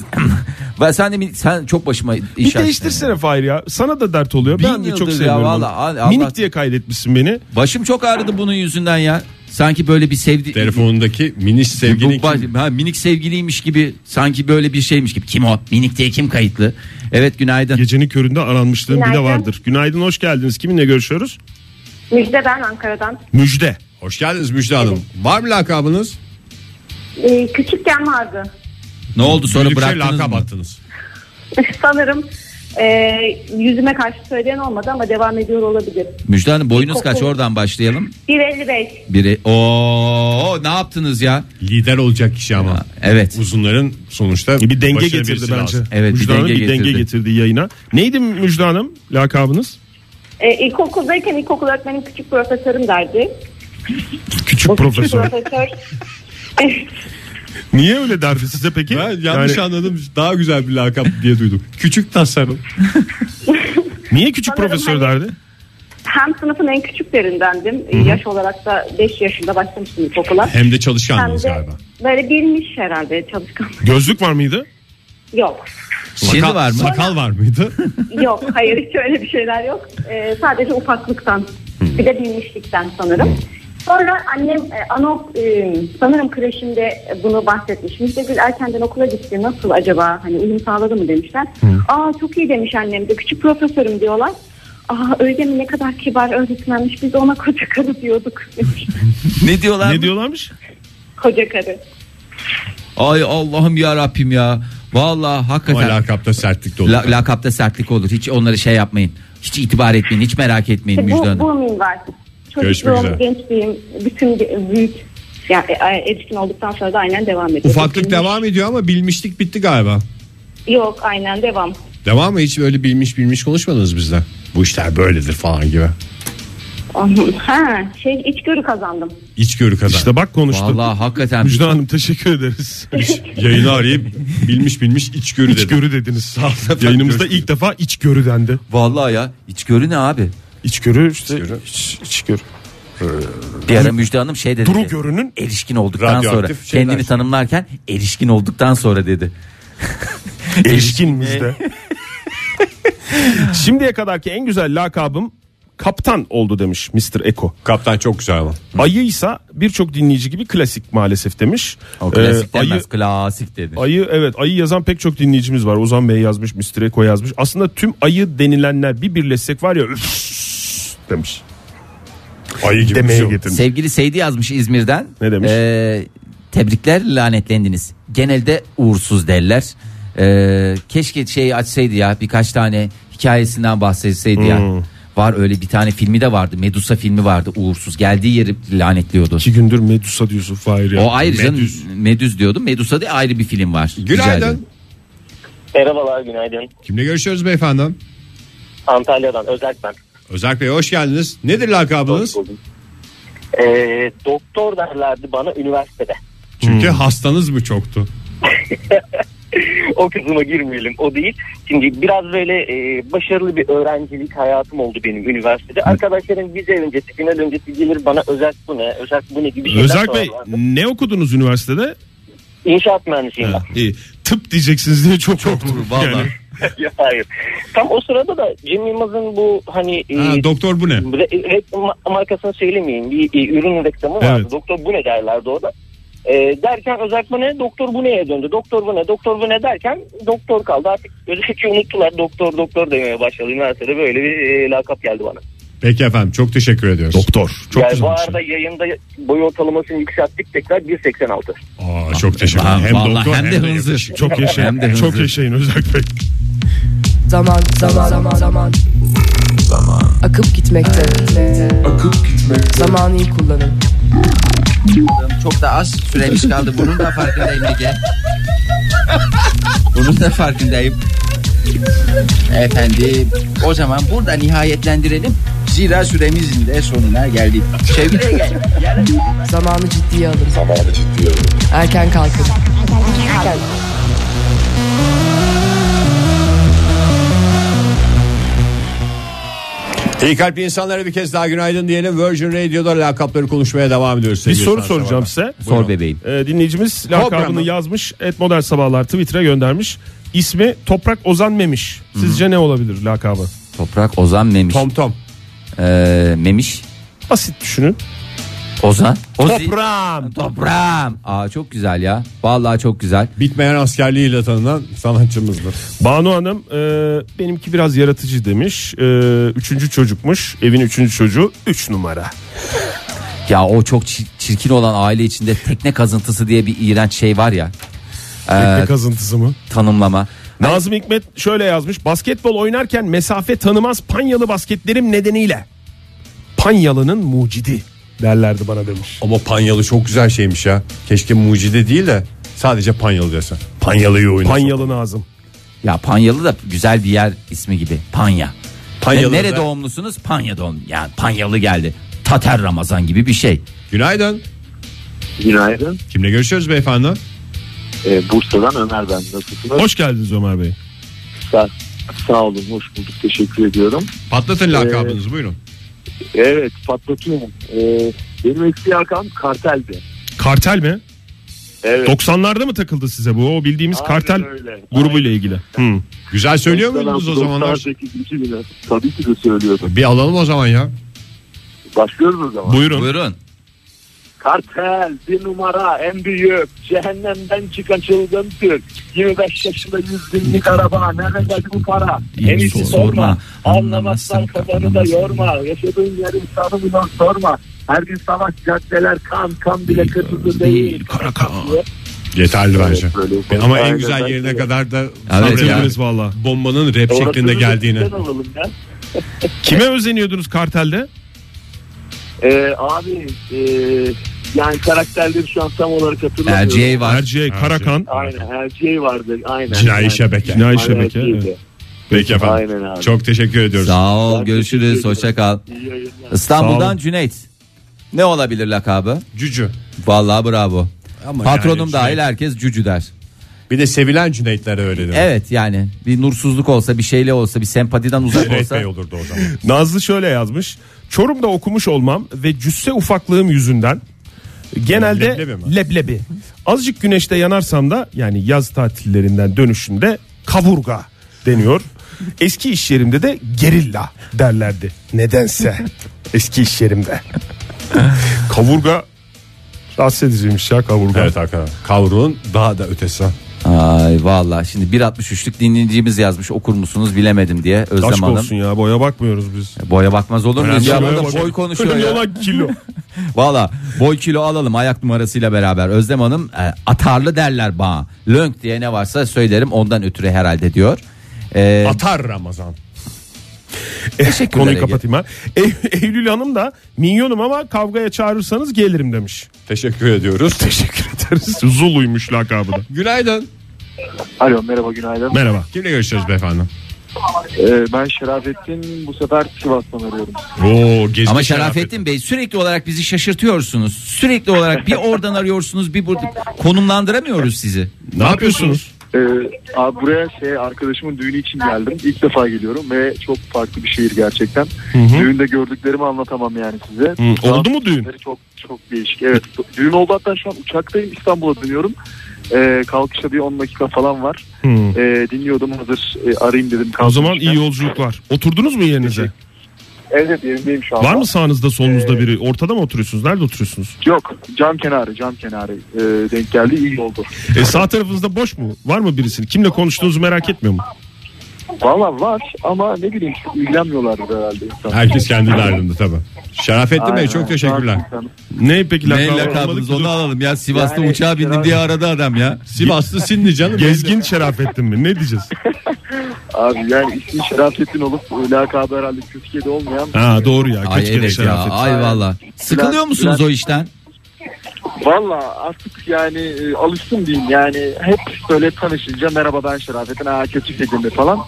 Speaker 2: ben sen de minik, sen çok başıma iş
Speaker 4: Bir
Speaker 2: açtın.
Speaker 4: değiştirsene Fahir ya. Sana da dert oluyor.
Speaker 2: Bin
Speaker 4: ben de çok
Speaker 2: yıldır ya,
Speaker 4: seviyorum. onu.
Speaker 2: vallahi. Allah-
Speaker 4: Minik diye kaydetmişsin beni.
Speaker 2: Başım çok ağrıdı bunun yüzünden ya. Sanki böyle bir sevdi
Speaker 3: Telefonundaki miniş sevgilin
Speaker 2: Bu-
Speaker 3: kim?
Speaker 2: bu- ha, minik sevgiliymiş gibi sanki böyle bir şeymiş gibi. Kim o? Minik diye kim kayıtlı? Evet günaydın.
Speaker 4: Gecenin köründe aranmışlığın bir de
Speaker 13: Günaydın.
Speaker 4: vardır. Günaydın hoş geldiniz. Kiminle görüşüyoruz?
Speaker 13: Müjde ben Ankara'dan.
Speaker 4: Müjde.
Speaker 3: Hoş geldiniz Müjde Hanım. Var mı lakabınız?
Speaker 13: Ee, küçükken vardı. [LAUGHS]
Speaker 2: Ne oldu sonra
Speaker 4: şey
Speaker 3: Büyükçe
Speaker 2: bıraktınız
Speaker 3: lakap
Speaker 2: mı?
Speaker 3: attınız.
Speaker 13: Sanırım e, yüzüme karşı söyleyen olmadı ama devam ediyor olabilir.
Speaker 2: Müjde Hanım boyunuz kaç
Speaker 13: Kokulu.
Speaker 2: oradan başlayalım.
Speaker 13: 1.55.
Speaker 2: Biri o ne yaptınız ya?
Speaker 3: Lider olacak kişi ama.
Speaker 2: Ha, evet.
Speaker 3: Uzunların sonuçta
Speaker 4: Bir denge
Speaker 3: başına
Speaker 4: getirdi
Speaker 3: birisi
Speaker 4: bence.
Speaker 3: lazım.
Speaker 2: Evet, bir
Speaker 4: Müjde Hanım
Speaker 2: denge
Speaker 4: bir denge
Speaker 2: getirdi.
Speaker 4: getirdi yayına. Neydi Müjde Hanım lakabınız?
Speaker 13: E, ilkokuldayken ilkokul öğretmenim küçük profesörüm derdi.
Speaker 4: Küçük profesör.
Speaker 13: Profesör [LAUGHS]
Speaker 4: Niye öyle derdi size peki?
Speaker 3: Ben yanlış anladım. Daha güzel bir lakap diye duydum. Küçük tasarım.
Speaker 4: [LAUGHS] Niye küçük
Speaker 13: Sanırım
Speaker 4: profesör
Speaker 13: hani-
Speaker 4: derdi?
Speaker 13: hem sınıfın en küçüklerindendim. Yaş olarak da 5 yaşında başlamıştım ilkokula.
Speaker 3: Hem de çalışkanlığınız
Speaker 13: Hem de
Speaker 3: galiba.
Speaker 13: böyle bilmiş herhalde çalışkan.
Speaker 4: Gözlük var mıydı?
Speaker 13: Yok.
Speaker 2: Şimdi
Speaker 3: Sakal-
Speaker 2: var mı?
Speaker 3: Sakal var mıydı?
Speaker 13: Yok hayır hiç öyle bir şeyler yok. Ee, sadece ufaklıktan bir de bilmişlikten sanırım. Sonra annem e, ana, e, sanırım kreşimde bunu bahsetmiş. Müstegül erkenden okula gitti nasıl acaba hani uyum sağladı mı demişler. Aa çok iyi demiş annem de küçük profesörüm diyorlar. Aa öyle mi ne kadar kibar öğretmenmiş biz ona koca karı diyorduk demiş. [LAUGHS]
Speaker 2: Ne diyorlar?
Speaker 4: Ne diyorlarmış?
Speaker 13: koca karı.
Speaker 2: Ay Allah'ım ya Rabbim ya. Vallahi
Speaker 3: Ama
Speaker 2: hakikaten.
Speaker 3: lakapta sertlik dolu.
Speaker 2: La, lakapta sertlik olur. Hiç onları şey yapmayın. Hiç itibar etmeyin. Hiç merak etmeyin
Speaker 13: İşte
Speaker 2: Müjde
Speaker 13: bu,
Speaker 2: Hanım.
Speaker 13: bu minval.
Speaker 3: Görüşmek üzere.
Speaker 13: Çocukluğum, gençliğim, bütün ge- büyük Yani e, etkin olduktan sonra da aynen devam ediyor.
Speaker 3: Ufaklık devam ediyor ama bilmişlik bitti galiba.
Speaker 13: Yok aynen devam.
Speaker 3: Devam mı? Hiç böyle bilmiş bilmiş konuşmadınız bizden. Bu işler böyledir falan gibi.
Speaker 13: ha şey içgörü kazandım.
Speaker 3: İçgörü kazan.
Speaker 4: İşte bak konuştuk.
Speaker 2: Vallahi hakikaten.
Speaker 4: Müjde Hanım teşekkür ederiz.
Speaker 13: [LAUGHS]
Speaker 3: Yayını arayıp bilmiş bilmiş içgörü dedim.
Speaker 4: İçgörü dediniz. Sağ olun. Yayınımızda ilk defa içgörü
Speaker 3: [LAUGHS]
Speaker 4: dendi.
Speaker 2: Vallahi ya içgörü ne abi?
Speaker 4: İçgörü işte iç, içgörü.
Speaker 2: Bir ara Müjde Hanım şey dedi.
Speaker 4: Duru görünün
Speaker 2: erişkin olduktan sonra
Speaker 3: Radyoaktif şeyler.
Speaker 2: kendini tanımlarken erişkin olduktan sonra dedi.
Speaker 4: erişkin
Speaker 3: E, [LAUGHS]
Speaker 4: müjde. Şimdiye kadarki en güzel lakabım kaptan oldu demiş Mr. Eko.
Speaker 3: Kaptan çok güzel ama.
Speaker 4: Ayı ise birçok dinleyici gibi klasik maalesef demiş.
Speaker 2: O klasik
Speaker 4: Ee,
Speaker 2: denmez
Speaker 4: ayı,
Speaker 2: klasik dedi.
Speaker 4: ayı evet ayı yazan pek çok dinleyicimiz var. Ozan Bey yazmış, Mr. Eko yazmış. Aslında tüm ayı denilenler bir birleşsek var ya üf, demiş.
Speaker 3: Ayı gibi bir
Speaker 4: Demeye
Speaker 3: şey yok.
Speaker 4: getirmiş.
Speaker 2: Sevgili Seydi yazmış İzmir'den.
Speaker 4: Ne demiş?
Speaker 2: Ee, tebrikler lanetlendiniz. Genelde uğursuz derler. Ee, keşke şey açsaydı ya birkaç tane hikayesinden bahsetseydi ya. Var öyle bir tane filmi de vardı. Medusa filmi vardı uğursuz. Geldiği yeri lanetliyordu.
Speaker 4: İki gündür Medusa diyorsun Fahir ya.
Speaker 2: O ayrı canım.
Speaker 4: Medüs.
Speaker 2: Medüz diyordum. Medusa diye ayrı bir film var. Rica ederim.
Speaker 3: Günaydın.
Speaker 11: Merhabalar günaydın.
Speaker 3: Kimle görüşüyoruz beyefendi?
Speaker 11: Antalya'dan Özerk ben.
Speaker 3: Özerk Bey hoş geldiniz. Nedir lakabınız?
Speaker 11: Ee, doktor derlerdi bana üniversitede. [LAUGHS]
Speaker 4: Hmm.
Speaker 3: Çünkü hastanız mı çoktu?
Speaker 11: o kısma girmeyelim o değil. Şimdi biraz böyle e, başarılı bir öğrencilik hayatım oldu benim üniversitede. Arkadaşlarım vize öncesi final öncesi gelir bana Özerk bu ne Özerk bu ne gibi şeyler
Speaker 4: Özerk Bey
Speaker 11: sorarlardı.
Speaker 4: ne okudunuz üniversitede?
Speaker 11: İnşaat mühendisiyim [LAUGHS] ben.
Speaker 4: İyi. Tıp diyeceksiniz diye çok korktum.
Speaker 2: Vallahi.
Speaker 4: Yani.
Speaker 11: Ya, Hayır. Tam o sırada da Cem Yılmaz'ın bu hani e,
Speaker 3: Ha, doktor Ee, bu ne?
Speaker 11: re- reklam markasını söylemeyeyim. Bir e, ürün reklamı vardı.
Speaker 4: Evet.
Speaker 11: Doktor bu ne derlerdi o da. E, derken Özerk bu ne? Doktor bu neye döndü? Doktor bu ne? Doktor bu ne derken doktor kaldı. Artık Özerk'i unuttular. Doktor doktor demeye başladı. Üniversitede böyle bir e, lakap geldi bana.
Speaker 3: Peki efendim çok teşekkür ediyoruz.
Speaker 4: Doktor. Çok
Speaker 11: yani
Speaker 4: güzel.
Speaker 11: bu arada yayında boy ortalamasını yükselttik tekrar 1.86.
Speaker 3: Aa, çok teşekkür
Speaker 2: Va-
Speaker 3: ederim. Hem
Speaker 2: vallahi
Speaker 3: doktor
Speaker 2: hem de hınzır.
Speaker 3: yakışıklı.
Speaker 4: Çok yaşayın.
Speaker 2: Hem de hızlı.
Speaker 4: çok yaşayın Özerk Bey.
Speaker 14: Zaman, zaman, zaman, zaman. Akıp gitmekte. Akıp gitmekte. Zamanı iyi kullanın.
Speaker 2: Çok da az süremiz kaldı. Bunun da farkındayım Ege. Bunun da farkındayım. Efendim o zaman burada nihayetlendirelim. Zira süremizin de sonuna geldik.
Speaker 9: [LAUGHS]
Speaker 2: Sevgili Ege.
Speaker 14: Zamanı ciddiye alın. Zamanı ciddiye alın. Erken kalkın.
Speaker 3: İyi kalpli insanlara bir kez daha günaydın diyelim. Virgin Radio'da lakapları konuşmaya devam ediyoruz.
Speaker 4: Bir
Speaker 3: sevgili
Speaker 4: soru
Speaker 3: sanatseverler.
Speaker 4: soracağım size.
Speaker 2: Sor bebeğim.
Speaker 4: Ee, dinleyicimiz
Speaker 3: Kobra
Speaker 4: lakabını
Speaker 3: mı?
Speaker 4: yazmış. Et Model Sabahlar Twitter'a göndermiş. İsmi Toprak Ozan Memiş. Sizce ne olabilir lakabı?
Speaker 2: Toprak Ozan Memiş.
Speaker 3: Tom Tom.
Speaker 2: Ee, memiş.
Speaker 4: Basit düşünün.
Speaker 2: Ozan. Ozi.
Speaker 4: Toprağım.
Speaker 2: Toprağım. Aa çok güzel ya. Vallahi çok güzel.
Speaker 3: Bitmeyen askerliğiyle tanınan sanatçımızdır.
Speaker 4: Banu Hanım e, benimki biraz yaratıcı demiş. E, üçüncü çocukmuş. Evin üçüncü çocuğu. Üç numara.
Speaker 2: Ya o çok çir- çirkin olan aile içinde tekne kazıntısı diye bir iğrenç şey var ya.
Speaker 4: Tekne
Speaker 2: Ee,
Speaker 4: kazıntısı mı?
Speaker 2: tanımlama.
Speaker 4: Nazım Hikmet şöyle yazmış. Basketbol oynarken mesafe tanımaz panyalı basketlerim nedeniyle. Panyalı'nın mucidi derlerdi bana demiş.
Speaker 3: Ama panyalı çok güzel şeymiş ya. Keşke mucide değil de sadece panyalı desen. Panyalıyı oynasın.
Speaker 4: Panyalı Nazım.
Speaker 2: Ya Panyalı da güzel bir yer ismi gibi. Panya.
Speaker 3: Panyalı
Speaker 2: Ne- Nere
Speaker 3: da-
Speaker 2: doğumlusunuz? Panya doğum. Yani Panyalı geldi. Tater Ramazan gibi bir şey.
Speaker 3: Günaydın.
Speaker 15: Günaydın.
Speaker 3: Kimle görüşüyoruz beyefendi?
Speaker 15: Ee, Bursa'dan Ömer ben. Nasılsınız?
Speaker 4: Hoş geldiniz Ömer Bey.
Speaker 15: Sağ, sağ olun. Hoş bulduk. Teşekkür ediyorum. Ee,
Speaker 3: Patlatın lakabınızı buyurun.
Speaker 15: Evet patlatıyorum. Ee, benim eski yakam karteldi.
Speaker 4: Kartel mi?
Speaker 15: Evet.
Speaker 4: 90'larda mı takıldı size bu? O bildiğimiz
Speaker 15: Aynen
Speaker 4: kartel
Speaker 15: öyle.
Speaker 4: grubuyla ilgili. Hı.
Speaker 3: Güzel söylüyor muydunuz o zamanlar?
Speaker 15: 98, 2000'e. Tabii ki de söylüyordum.
Speaker 3: Bir alalım o zaman ya.
Speaker 15: Başlıyoruz o zaman.
Speaker 4: Buyurun.
Speaker 2: Buyurun.
Speaker 15: Kartel bir numara en büyük. Cehennemden çıkan çılgın Türk. 25 yaşında 100 binlik araba. Nereden geldi bu para?
Speaker 2: İyi,
Speaker 15: En iyisi
Speaker 2: sor-
Speaker 15: sorma.
Speaker 2: sorma.
Speaker 15: Anlamazsan
Speaker 2: Anlamazsan
Speaker 15: kafanı da
Speaker 2: anlamazsan.
Speaker 15: yorma. Yaşadığın yerin tanımından sorma. Her gün savaş caddeler kan. Kan bile kırmızı değil.
Speaker 3: Yeterli bence.
Speaker 15: böyle yapalım.
Speaker 3: Ama en
Speaker 15: Aynen,
Speaker 3: güzel
Speaker 15: bence
Speaker 3: yerine
Speaker 15: de.
Speaker 3: kadar da
Speaker 4: Hatırladınız
Speaker 3: sabrediniz
Speaker 4: valla.
Speaker 3: bombanın rap şeklinde
Speaker 15: Orasını
Speaker 3: geldiğini.
Speaker 15: bizden alalım ya.
Speaker 4: Kime özeniyordunuz kartelde?
Speaker 15: Ee, abi e, Yani karakterleri şu an tam olarak hatırlamıyorum.
Speaker 2: Erciye var.
Speaker 4: Erciye, Karakan.
Speaker 15: Aynen Erciye vardı. Aynen.
Speaker 3: Cinayi
Speaker 15: Yani-
Speaker 3: şebeke.
Speaker 15: Aynen,
Speaker 3: Cinayi şebeke,
Speaker 15: Erciye'ydi.
Speaker 3: evet. Peki efendim.
Speaker 15: Aynen abi.
Speaker 3: Çok teşekkür ediyoruz.
Speaker 2: Sağ ol. Görüşürüz. Hoşça kal.
Speaker 3: Sağ
Speaker 2: İstanbul'dan
Speaker 3: olun.
Speaker 2: Cüneyt. Ne olabilir lakabı?
Speaker 3: Cücü.
Speaker 2: Vallahi bravo.
Speaker 3: Ama
Speaker 2: Patronum
Speaker 3: yani
Speaker 2: dahil
Speaker 3: Cüneyt-
Speaker 2: herkes cücü der.
Speaker 3: Bir de sevilen Cüneytler öyle değil mi?
Speaker 2: Evet yani bir nursuzluk olsa bir şeyle olsa bir sempatiden uzak
Speaker 3: Cüneyt
Speaker 2: olsa.
Speaker 3: Bey olurdu o zaman.
Speaker 4: Nazlı şöyle yazmış. Çorum'da okumuş olmam ve cüsse ufaklığım yüzünden genelde
Speaker 3: Leblebi
Speaker 4: leblebi, Azıcık güneşte yanarsam da yani yaz tatillerinden dönüşünde kavurga deniyor. Eski iş yerimde de gerilla derlerdi. Nedense [LAUGHS] eski iş yerimde. kavurga rahatsız ediciymiş ya kavurga.
Speaker 3: Evet hakikaten. Kavruğun daha da ötesi.
Speaker 2: Ay vallahi şimdi 1.63'lük dinleyicimiz yazmış okur musunuz bilemedim diye Özlem
Speaker 4: Aşk
Speaker 2: Hanım. E,
Speaker 4: olsun ya boya bakmıyoruz biz.
Speaker 2: Boya bakmaz olur muyuz?
Speaker 4: Önemli
Speaker 2: Ya
Speaker 4: olan
Speaker 2: burada
Speaker 4: bakıyor.
Speaker 2: boy konuşuyor
Speaker 4: Önemli
Speaker 2: ya.
Speaker 4: olan kilo.
Speaker 2: Valla boy kilo alalım ayak numarasıyla beraber. Özlem Hanım e, atarlı derler bana. Lönk diye ne varsa söylerim ondan ötürü herhalde diyor. E,
Speaker 3: Atar Ramazan.
Speaker 2: Teşekkürler
Speaker 4: Konuyu
Speaker 2: Ege.
Speaker 4: kapatayım ha. Ev- Eylül Hanım da minyonum ama kavgaya çağırırsanız gelirim demiş.
Speaker 3: Teşekkür ediyoruz.
Speaker 4: [LAUGHS] Teşekkür ederiz. Zulu'ymuş lakabı da.
Speaker 3: Günaydın.
Speaker 10: Alo merhaba günaydın.
Speaker 4: Merhaba.
Speaker 3: Kimle görüşüyoruz beyefendi?
Speaker 10: Ee, ben Şerafettin bu sefer Sivas'tan arıyorum.
Speaker 3: Oo, gezmiş
Speaker 2: Ama
Speaker 3: Şerafettin.
Speaker 2: Şerafettin Bey sürekli olarak bizi şaşırtıyorsunuz. Sürekli olarak bir oradan arıyorsunuz bir burada konumlandıramıyoruz sizi.
Speaker 4: Ne yapıyorsunuz?
Speaker 10: Ee, abi buraya şey arkadaşımın düğünü için geldim. İlk defa geliyorum ve çok farklı bir şehir gerçekten. Düğünde gördüklerimi anlatamam yani size.
Speaker 4: Hı, oldu mu düğün?
Speaker 10: Çok çok değişik. Evet düğün oldu hatta şu an uçaktayım İstanbul'a dönüyorum. Ee, kalkışa bir 10 dakika falan var.
Speaker 4: Hı.
Speaker 10: Ee, dinliyordum hazır e, arayayım dedim.
Speaker 4: O zaman
Speaker 10: Kalkmışken.
Speaker 4: iyi yolculuklar. Oturdunuz mu yerinize?
Speaker 10: Evet yerimdeyim şu an.
Speaker 4: Var mı sağınızda solunuzda biri? Ortada mı oturuyorsunuz? Nerede oturuyorsunuz?
Speaker 10: Yok cam kenarı cam kenarı e, denk geldi iyi oldu.
Speaker 4: E, sağ tarafınızda boş mu? Var mı birisi? Kimle konuştuğunuzu merak etmiyor mu?
Speaker 10: Valla var ama ne bileyim çok ilgilenmiyorlardı herhalde insanlar.
Speaker 3: Herkes kendi derdinde tabii. Şerafettin Bey
Speaker 10: Aynen.
Speaker 3: çok teşekkürler.
Speaker 4: Ne peki
Speaker 2: Ne
Speaker 4: lakabı?
Speaker 2: lakabınız onu alalım ya Sivas'ta
Speaker 10: Yani
Speaker 2: uçağa bindim
Speaker 10: Şerafettin-
Speaker 2: diye aradı adam ya.
Speaker 3: Sivaslı Sinli canım.
Speaker 4: Gezgin Şerafettin mi? Ne diyeceğiz?
Speaker 10: Abi yani ismi Şerafettin olup e, lakabı herhalde kötü kedi olmayan.
Speaker 4: Ha doğru ya. Kaç
Speaker 2: Ay
Speaker 4: kere
Speaker 2: evet ya
Speaker 4: Şerafettin.
Speaker 2: ay valla. Sıkılıyor
Speaker 10: Bülent-
Speaker 2: musunuz
Speaker 10: Bülent-
Speaker 2: o işten?
Speaker 10: Valla artık yani e, alıştım diyeyim yani hep böyle tanışınca merhaba ben Şerafettin ha kötü kedi mi falan.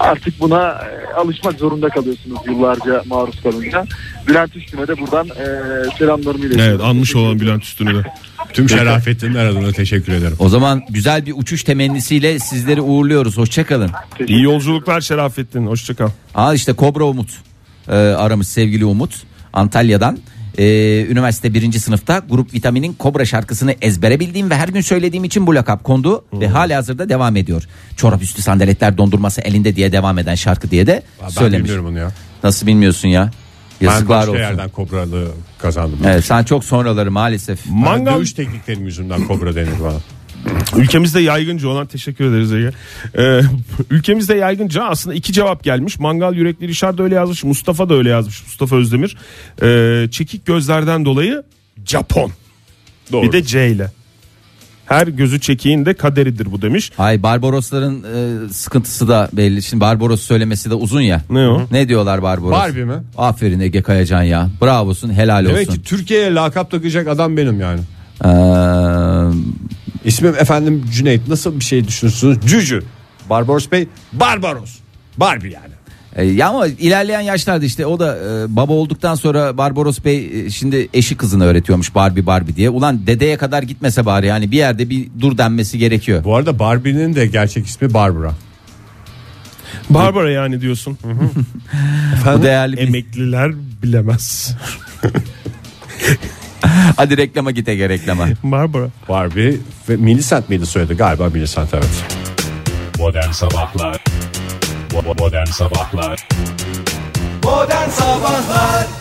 Speaker 10: Artık buna e, alışmak zorunda kalıyorsunuz yıllarca maruz kalınca. Bülent Üstüme de buradan e, selamlarımı iletiyorum.
Speaker 4: Evet anmış olan Bülent Üstün'ü de.
Speaker 3: Tüm Şerafettinler adına teşekkür ederim.
Speaker 2: O zaman güzel bir uçuş temennisiyle sizleri uğurluyoruz. Hoşçakalın.
Speaker 4: İyi yolculuklar Şerafettin. Hoşçakal.
Speaker 2: Aa işte Kobra Umut e, aramış sevgili Umut Antalya'dan. E, üniversite birinci sınıfta Grup Vitamin'in Kobra şarkısını ezbere bildiğim ve her gün söylediğim için bu lakap kondu ve
Speaker 4: Hmm.
Speaker 2: hala hazırda devam ediyor. Çorap üstü sandaletler dondurması elinde diye devam eden şarkı diye de
Speaker 3: Ben
Speaker 2: söylemiş.
Speaker 3: bilmiyorum onu ya.
Speaker 2: Nasıl bilmiyorsun ya?
Speaker 3: ben
Speaker 2: Yazıklar
Speaker 3: başka
Speaker 2: olsun.
Speaker 3: yerden kobralığı kazandım.
Speaker 2: Evet, sen çok sonraları maalesef.
Speaker 4: Mangal-
Speaker 3: Mangal... Dövüş tekniklerim yüzünden kobra denir bana.
Speaker 4: Ülkemizde yaygınca olan teşekkür ederiz Ege. Ee, [LAUGHS] ülkemizde yaygınca aslında iki cevap gelmiş. Mangal yürekli Richard da öyle yazmış. Mustafa da öyle yazmış. Mustafa Özdemir. Ee, çekik gözlerden dolayı Japon.
Speaker 3: Doğru.
Speaker 4: Bir de C ile. Her gözü çekiğin de kaderidir bu demiş.
Speaker 2: Ay Barbarosların e, sıkıntısı da belli. Şimdi Barbaros söylemesi de uzun ya.
Speaker 4: Ne o?
Speaker 2: Ne diyorlar Barbaros?
Speaker 3: Barbie mi?
Speaker 2: Aferin Ege Kayacan ya. Bravosun, helal
Speaker 3: Demek
Speaker 2: olsun.
Speaker 3: ki Türkiye'ye lakap takacak adam benim yani.
Speaker 2: Ee, [LAUGHS]
Speaker 3: İsmim efendim Cüneyt. Nasıl bir şey düşünürsünüz? Cücü. Barbaros Bey. Barbaros. Barbie yani.
Speaker 2: E, Ya ama ilerleyen yaşlarda işte o da e, baba olduktan sonra Barbaros Bey e, şimdi eşi kızını öğretiyormuş Barbie Barbie diye. Ulan dedeye kadar gitmese bari yani bir yerde bir dur denmesi gerekiyor.
Speaker 3: Bu arada Barbie'nin de gerçek ismi Barbara.
Speaker 4: Barbara yani diyorsun.
Speaker 2: Bu değerli bir...
Speaker 4: Emekliler bilemez.
Speaker 2: Hadi reklama git Ege reklama.
Speaker 4: Barbara.
Speaker 3: Barbie ve Millicent miydi soyadı? Galiba Millicent evet.
Speaker 1: Modern Sabahlar Bo- Modern Sabahlar
Speaker 5: Modern Sabahlar